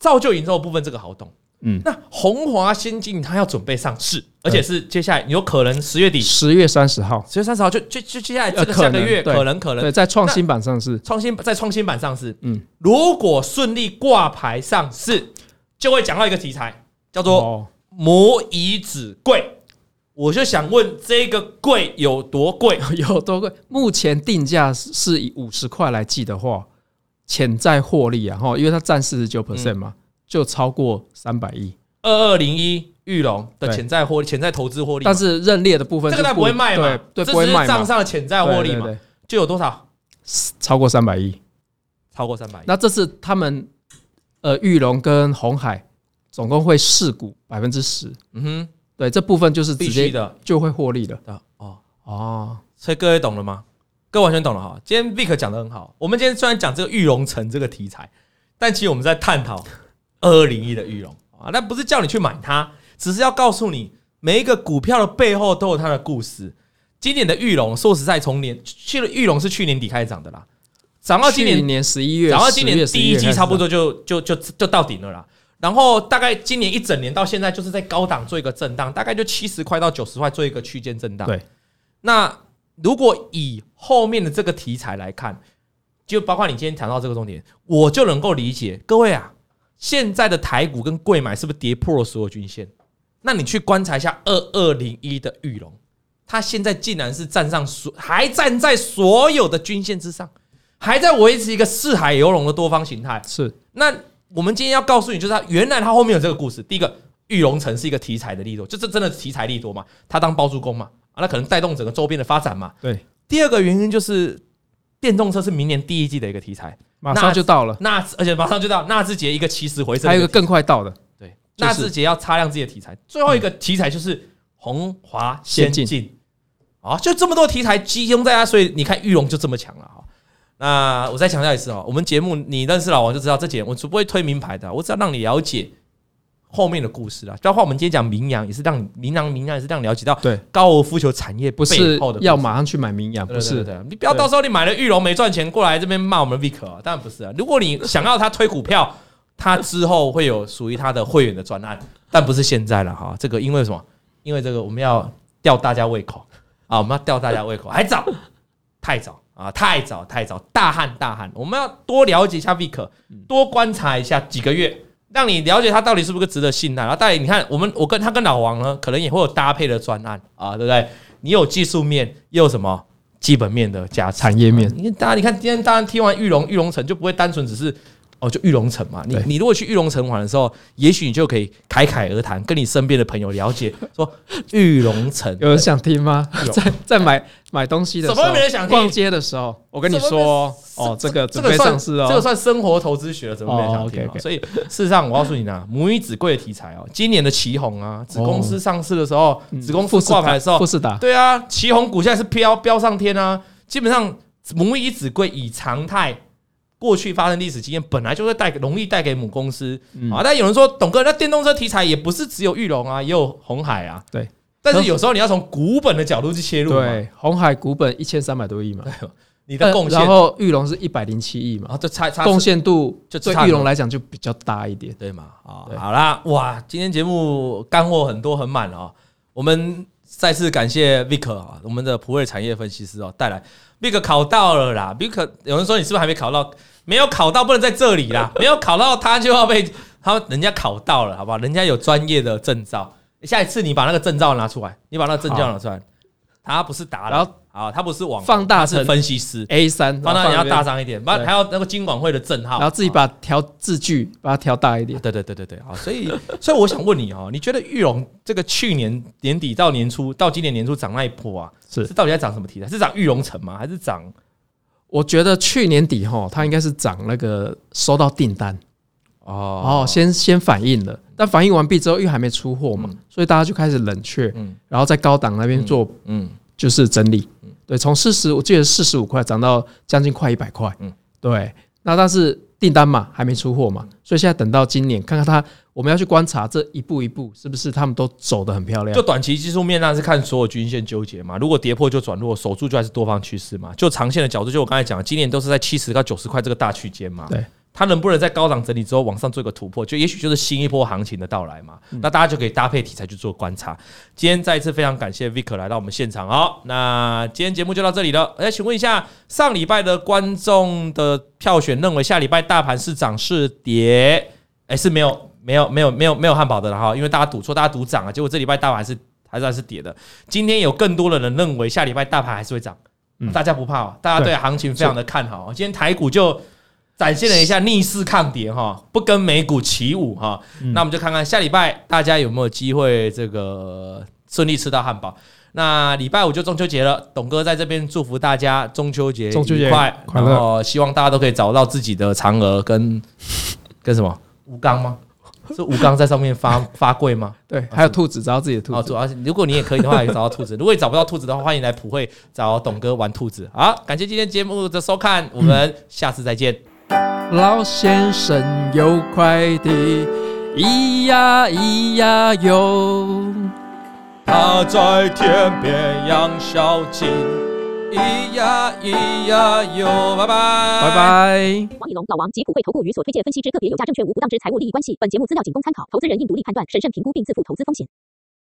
[SPEAKER 2] 造就营收的部分，这个好懂。
[SPEAKER 1] 嗯，
[SPEAKER 2] 那红华先进它要准备上市，而
[SPEAKER 1] 对
[SPEAKER 2] 且是接下来有可能十月底、十
[SPEAKER 1] 十月三十号，
[SPEAKER 2] 月三十号就就就接下来这个
[SPEAKER 1] 呃可
[SPEAKER 2] 下
[SPEAKER 1] 能
[SPEAKER 2] 个月
[SPEAKER 1] 对
[SPEAKER 2] 可能可能
[SPEAKER 1] 对，在创新版上市，
[SPEAKER 2] 创新在创新版上市。
[SPEAKER 1] 嗯，
[SPEAKER 2] 如果顺利挂牌上市，就会讲到一个题材叫做
[SPEAKER 1] 哦，
[SPEAKER 2] 模拟纸贵。我就想问，这个贵有多贵？
[SPEAKER 1] 有多贵？目前定价是是以五十块来计的话，潜在获利啊，哈，因为它占四十九
[SPEAKER 2] 嗯
[SPEAKER 1] percent 嘛，就超过三百亿。
[SPEAKER 2] 二二零一玉龙的
[SPEAKER 1] 对
[SPEAKER 2] 潜在获潜在投资获利嘛，
[SPEAKER 1] 但是认列的部分
[SPEAKER 2] 这
[SPEAKER 1] 就
[SPEAKER 2] 个它不会卖嘛，
[SPEAKER 1] 对对，
[SPEAKER 2] 这
[SPEAKER 1] 不会
[SPEAKER 2] 只是
[SPEAKER 1] 卖嘛
[SPEAKER 2] 账，上的潜在获利
[SPEAKER 1] 对对
[SPEAKER 2] 嘛，
[SPEAKER 1] 对，
[SPEAKER 2] 就有多少？
[SPEAKER 1] 超过三百亿。
[SPEAKER 2] 超过三百亿。
[SPEAKER 1] 那这次他们呃，玉龙跟红海总共会试股百分之十，
[SPEAKER 2] 嗯哼，
[SPEAKER 1] 对，这部分就是
[SPEAKER 2] 必
[SPEAKER 1] 直
[SPEAKER 2] 须
[SPEAKER 1] 接
[SPEAKER 2] 的
[SPEAKER 1] 就会获利了。
[SPEAKER 2] 啊哦，
[SPEAKER 1] 哦，
[SPEAKER 2] 所以各位懂了吗？各位完全懂了哈。今天 Vic 讲的很好，我们今天虽然讲这个玉龙城这个题材，但其实我们在探讨二零一的玉龙啊，那不是叫你去买它，只是要告诉你每一个股票的背后都有它的故事。今年的玉龙，说实在，从年去了玉龙是去年底开始涨的啦，涨到今年
[SPEAKER 1] 去年十一月，
[SPEAKER 2] 然后今
[SPEAKER 1] 10
[SPEAKER 2] 年
[SPEAKER 1] 月
[SPEAKER 2] 第一季差不，多就就就就到顶了啦。然后大概今年一整年到现在就是在高档做一个震荡，大概就七十块到九十块做一个区间震荡。
[SPEAKER 1] 对，
[SPEAKER 2] 那如果以后面的这个题材来看，就包括你今天谈到这个重点，我就能够理解各位啊，现在的台股跟贵买是不是跌破了所有均线？那你去观察一下二二零一的玉龙，它现在竟然是站上所还站在所有的均线之上，还在维持一个四海游龙的多方形态。
[SPEAKER 1] 是
[SPEAKER 2] 那我们今天要告诉你，就是它原来它后面有这个故事。第一个，玉龙城是一个题材的利多，就这真的是题材利多嘛？它当包租公嘛，啊，那可能带动整个周边的发展嘛。
[SPEAKER 1] 对，
[SPEAKER 2] 第二个原因就是电动车是明年第一季的一个题材，
[SPEAKER 1] 马上就到了，
[SPEAKER 2] 纳而且马上就到纳智捷一个起死回生
[SPEAKER 1] 还
[SPEAKER 2] 的
[SPEAKER 1] 有
[SPEAKER 2] 一
[SPEAKER 1] 一
[SPEAKER 2] 个
[SPEAKER 1] 个
[SPEAKER 2] 题材，
[SPEAKER 1] 更快到的，
[SPEAKER 2] 对，
[SPEAKER 1] 就是嗯
[SPEAKER 2] 纳智捷要擦亮自己的题材。最后一个题材就是红华先
[SPEAKER 1] 先
[SPEAKER 2] 进，啊，就这么多题材集中在它，所以你看玉龙就这么强了哈。那我再强调一次哦，我们节目你认识老王就知道，这节目我是不会推名牌的，我只要让你了解后面的故事啦。包括我们今天讲名扬，也是让你名扬名扬也是让你了解到
[SPEAKER 1] 对
[SPEAKER 2] 高尔夫球产业
[SPEAKER 1] 不
[SPEAKER 2] 背
[SPEAKER 1] 是
[SPEAKER 2] 后的故事
[SPEAKER 1] 要马上去买名扬，
[SPEAKER 2] 对
[SPEAKER 1] 不
[SPEAKER 2] 对
[SPEAKER 1] 是
[SPEAKER 2] 对对你不要到时候你买了玉龙没赚钱过来这边骂我们 Vic 啊，当然不是啊。如果你想要他推股票，他之后会有属于他的会员的专案，但不是现在了哈。这个因为什么？因为这个我们要吊大家胃口啊，我们要吊大家胃口，还早，太早啊，太
[SPEAKER 1] 嗯
[SPEAKER 2] 早太早，大旱大旱，我们要多了解一下 Vic，多观察一下几个月。让你了解他到底是不是个值得信赖。然后带你看，我们我跟他跟老王呢，可能也会有搭配的专案啊，对不对？你有技术面，又有什么基本面的加持
[SPEAKER 1] 产业面
[SPEAKER 2] 你看大家，你看今天大家听完玉龙玉龙城，就不会单纯只是哦，就玉龙城嘛。你
[SPEAKER 1] 对
[SPEAKER 2] 你如果去玉龙城玩的时候，也许你就可以侃侃而谈，跟你身边的朋友了解说 玉龙城。
[SPEAKER 1] 有人想听吗？
[SPEAKER 2] 有
[SPEAKER 1] 在在买买东西的时
[SPEAKER 2] 怎么
[SPEAKER 1] 候，
[SPEAKER 2] 会没人想听
[SPEAKER 1] 逛街的时候，我跟你
[SPEAKER 2] 怎么
[SPEAKER 1] 说哦，这个
[SPEAKER 2] 这
[SPEAKER 1] 准
[SPEAKER 2] 个
[SPEAKER 1] 备
[SPEAKER 2] 算
[SPEAKER 1] 上市哦，
[SPEAKER 2] 这个算生活投资学了，怎么没人想
[SPEAKER 1] 哦
[SPEAKER 2] 听嘛、
[SPEAKER 1] ，OK，OK
[SPEAKER 2] 所以事实上，我告诉你呢，母以子贵的题材哦，今年的旗红啊，子公司上市的时候，
[SPEAKER 1] 嗯
[SPEAKER 2] 子公司挂牌的时候
[SPEAKER 1] 富，士达，
[SPEAKER 2] 对啊，旗红股价是飙飙上天啊。基本上，母以子贵以常态，过去发生历史经验本来就会带给容易带给母公司、
[SPEAKER 1] 嗯
[SPEAKER 2] 啊。但有人说，董哥，那电动车题材也不是只有玉龙啊，也有红海啊。
[SPEAKER 1] 对，
[SPEAKER 2] 但是有时候你要从股本的角度去切入嘛，
[SPEAKER 1] 嗯对，红海股本一千三百多亿嘛， 呃
[SPEAKER 2] 你的贡献，
[SPEAKER 1] 然后玉龙是一百零七亿
[SPEAKER 2] 然
[SPEAKER 1] 嘛，
[SPEAKER 2] 后就差差
[SPEAKER 1] 贡献度
[SPEAKER 2] 就
[SPEAKER 1] 对
[SPEAKER 2] 差
[SPEAKER 1] 玉
[SPEAKER 2] 了
[SPEAKER 1] 龙来讲就比较大一点。
[SPEAKER 2] 对嘛？啊、
[SPEAKER 1] 对
[SPEAKER 2] 好啦，哇，今天节目干货很多很满哦。我们再次感谢 Vic 啊，我们的普瑞产业分析师哦，带来 Vic 考到了啦。Vic 有人说你是不是还没考到？没有考到不能在这里 啦，没有考到他就要被他人家考到了，好不好？人家有专业的证照，下一次你把那个证照拿出来，你把那个证照拿出来，他不是达人，
[SPEAKER 1] 然后
[SPEAKER 2] 啊，他不是网红
[SPEAKER 1] 放大
[SPEAKER 2] 他是
[SPEAKER 1] 成
[SPEAKER 2] 分析师，
[SPEAKER 1] A 三，
[SPEAKER 2] 放大你要
[SPEAKER 1] 那边
[SPEAKER 2] 大，张一点，不然
[SPEAKER 1] 对
[SPEAKER 2] 还有那个金管会的证号，
[SPEAKER 1] 然后自己
[SPEAKER 2] 啊
[SPEAKER 1] 把调字距把它调大一点
[SPEAKER 2] 啊。对对对对对，好，所以所以我想问你哦，你觉得玉龙这个去年年底到年初到今年年初涨那一波啊，
[SPEAKER 1] 是
[SPEAKER 2] 是到底在涨什么题材？是涨玉龙城吗？还是涨
[SPEAKER 1] 我觉得去年底哈，它应该是涨那个收到订单哦，
[SPEAKER 2] 哦
[SPEAKER 1] 先先反应了，但反应完毕之后，因为还没出货嘛，所以大家就开始冷却，
[SPEAKER 2] 嗯
[SPEAKER 1] 然后在高档那边做
[SPEAKER 2] 嗯
[SPEAKER 1] 就是整理。对，从四十，我记得四十五块涨到将近快一百块。
[SPEAKER 2] 嗯
[SPEAKER 1] 嗯，对。那但是订单嘛，还没出货
[SPEAKER 2] 嗯
[SPEAKER 1] 嘛，所以现在等到今年，看看它，我们要去观察这一步一步是不是他们都走得很漂亮
[SPEAKER 2] 就。短期技术面上是看所有均线纠结嘛，如果跌破就转弱，守住就还是多方趋势嘛。就长线的角度，就我刚才讲的，今年都是在七十到九十块这个大区间嘛。
[SPEAKER 1] 对，
[SPEAKER 2] 它能不能在高档整理之后往上做一个突破，就也许就是新一波行情的到来嘛。
[SPEAKER 1] 嗯
[SPEAKER 2] 那大家就可以搭配题材去做观察。今天再一次非常感谢 Vic 来到我们现场哦。那今天节目就到这里了。哎，请问一下，上礼拜的观众的票选认为下礼拜大盘是涨是跌？哎，是没有没有没有没有没有汉堡的了哈，因为大家赌错，大家赌涨啊，结果这礼拜大盘还是还是还是跌的。今天有更多的人认为下礼拜大盘还是会涨，
[SPEAKER 1] 嗯
[SPEAKER 2] 大家不怕、哦，大家对行情非常的看好、哦。今天台股就展现了一下逆势抗跌哈、不跟美股起舞哈、
[SPEAKER 1] 嗯
[SPEAKER 2] 那我们就看看下礼拜大家有没有机会这个顺利吃到汉堡。那礼拜五就中秋节了，董哥在这边祝福大家中秋节
[SPEAKER 1] 中秋节
[SPEAKER 2] 愉快，
[SPEAKER 1] 快乐
[SPEAKER 2] 然后希望大家都可以找到自己的嫦娥跟跟什么吴刚吗？是吴刚在上面发发贵吗？
[SPEAKER 1] 对，还有兔子找到自己的兔
[SPEAKER 2] 哦，
[SPEAKER 1] 子
[SPEAKER 2] 主。要是如果你也可以的话，也找到兔 子。如果你找不到兔子的话，欢迎来普惠找董哥玩兔子。好，感谢今天节目的收看，我们下次再见。
[SPEAKER 1] 老先生有快递，咿呀咿呀哟，
[SPEAKER 2] 他在天边养小鸡，咿呀咿呀哟，拜拜，
[SPEAKER 1] 拜拜。
[SPEAKER 4] 王以龙、老王及普惠投顾与所推荐分析之个别有价证券无不当之财务利益关系。本节目资料仅供参考，投资人应独立判断、审慎评估并自负投资风险。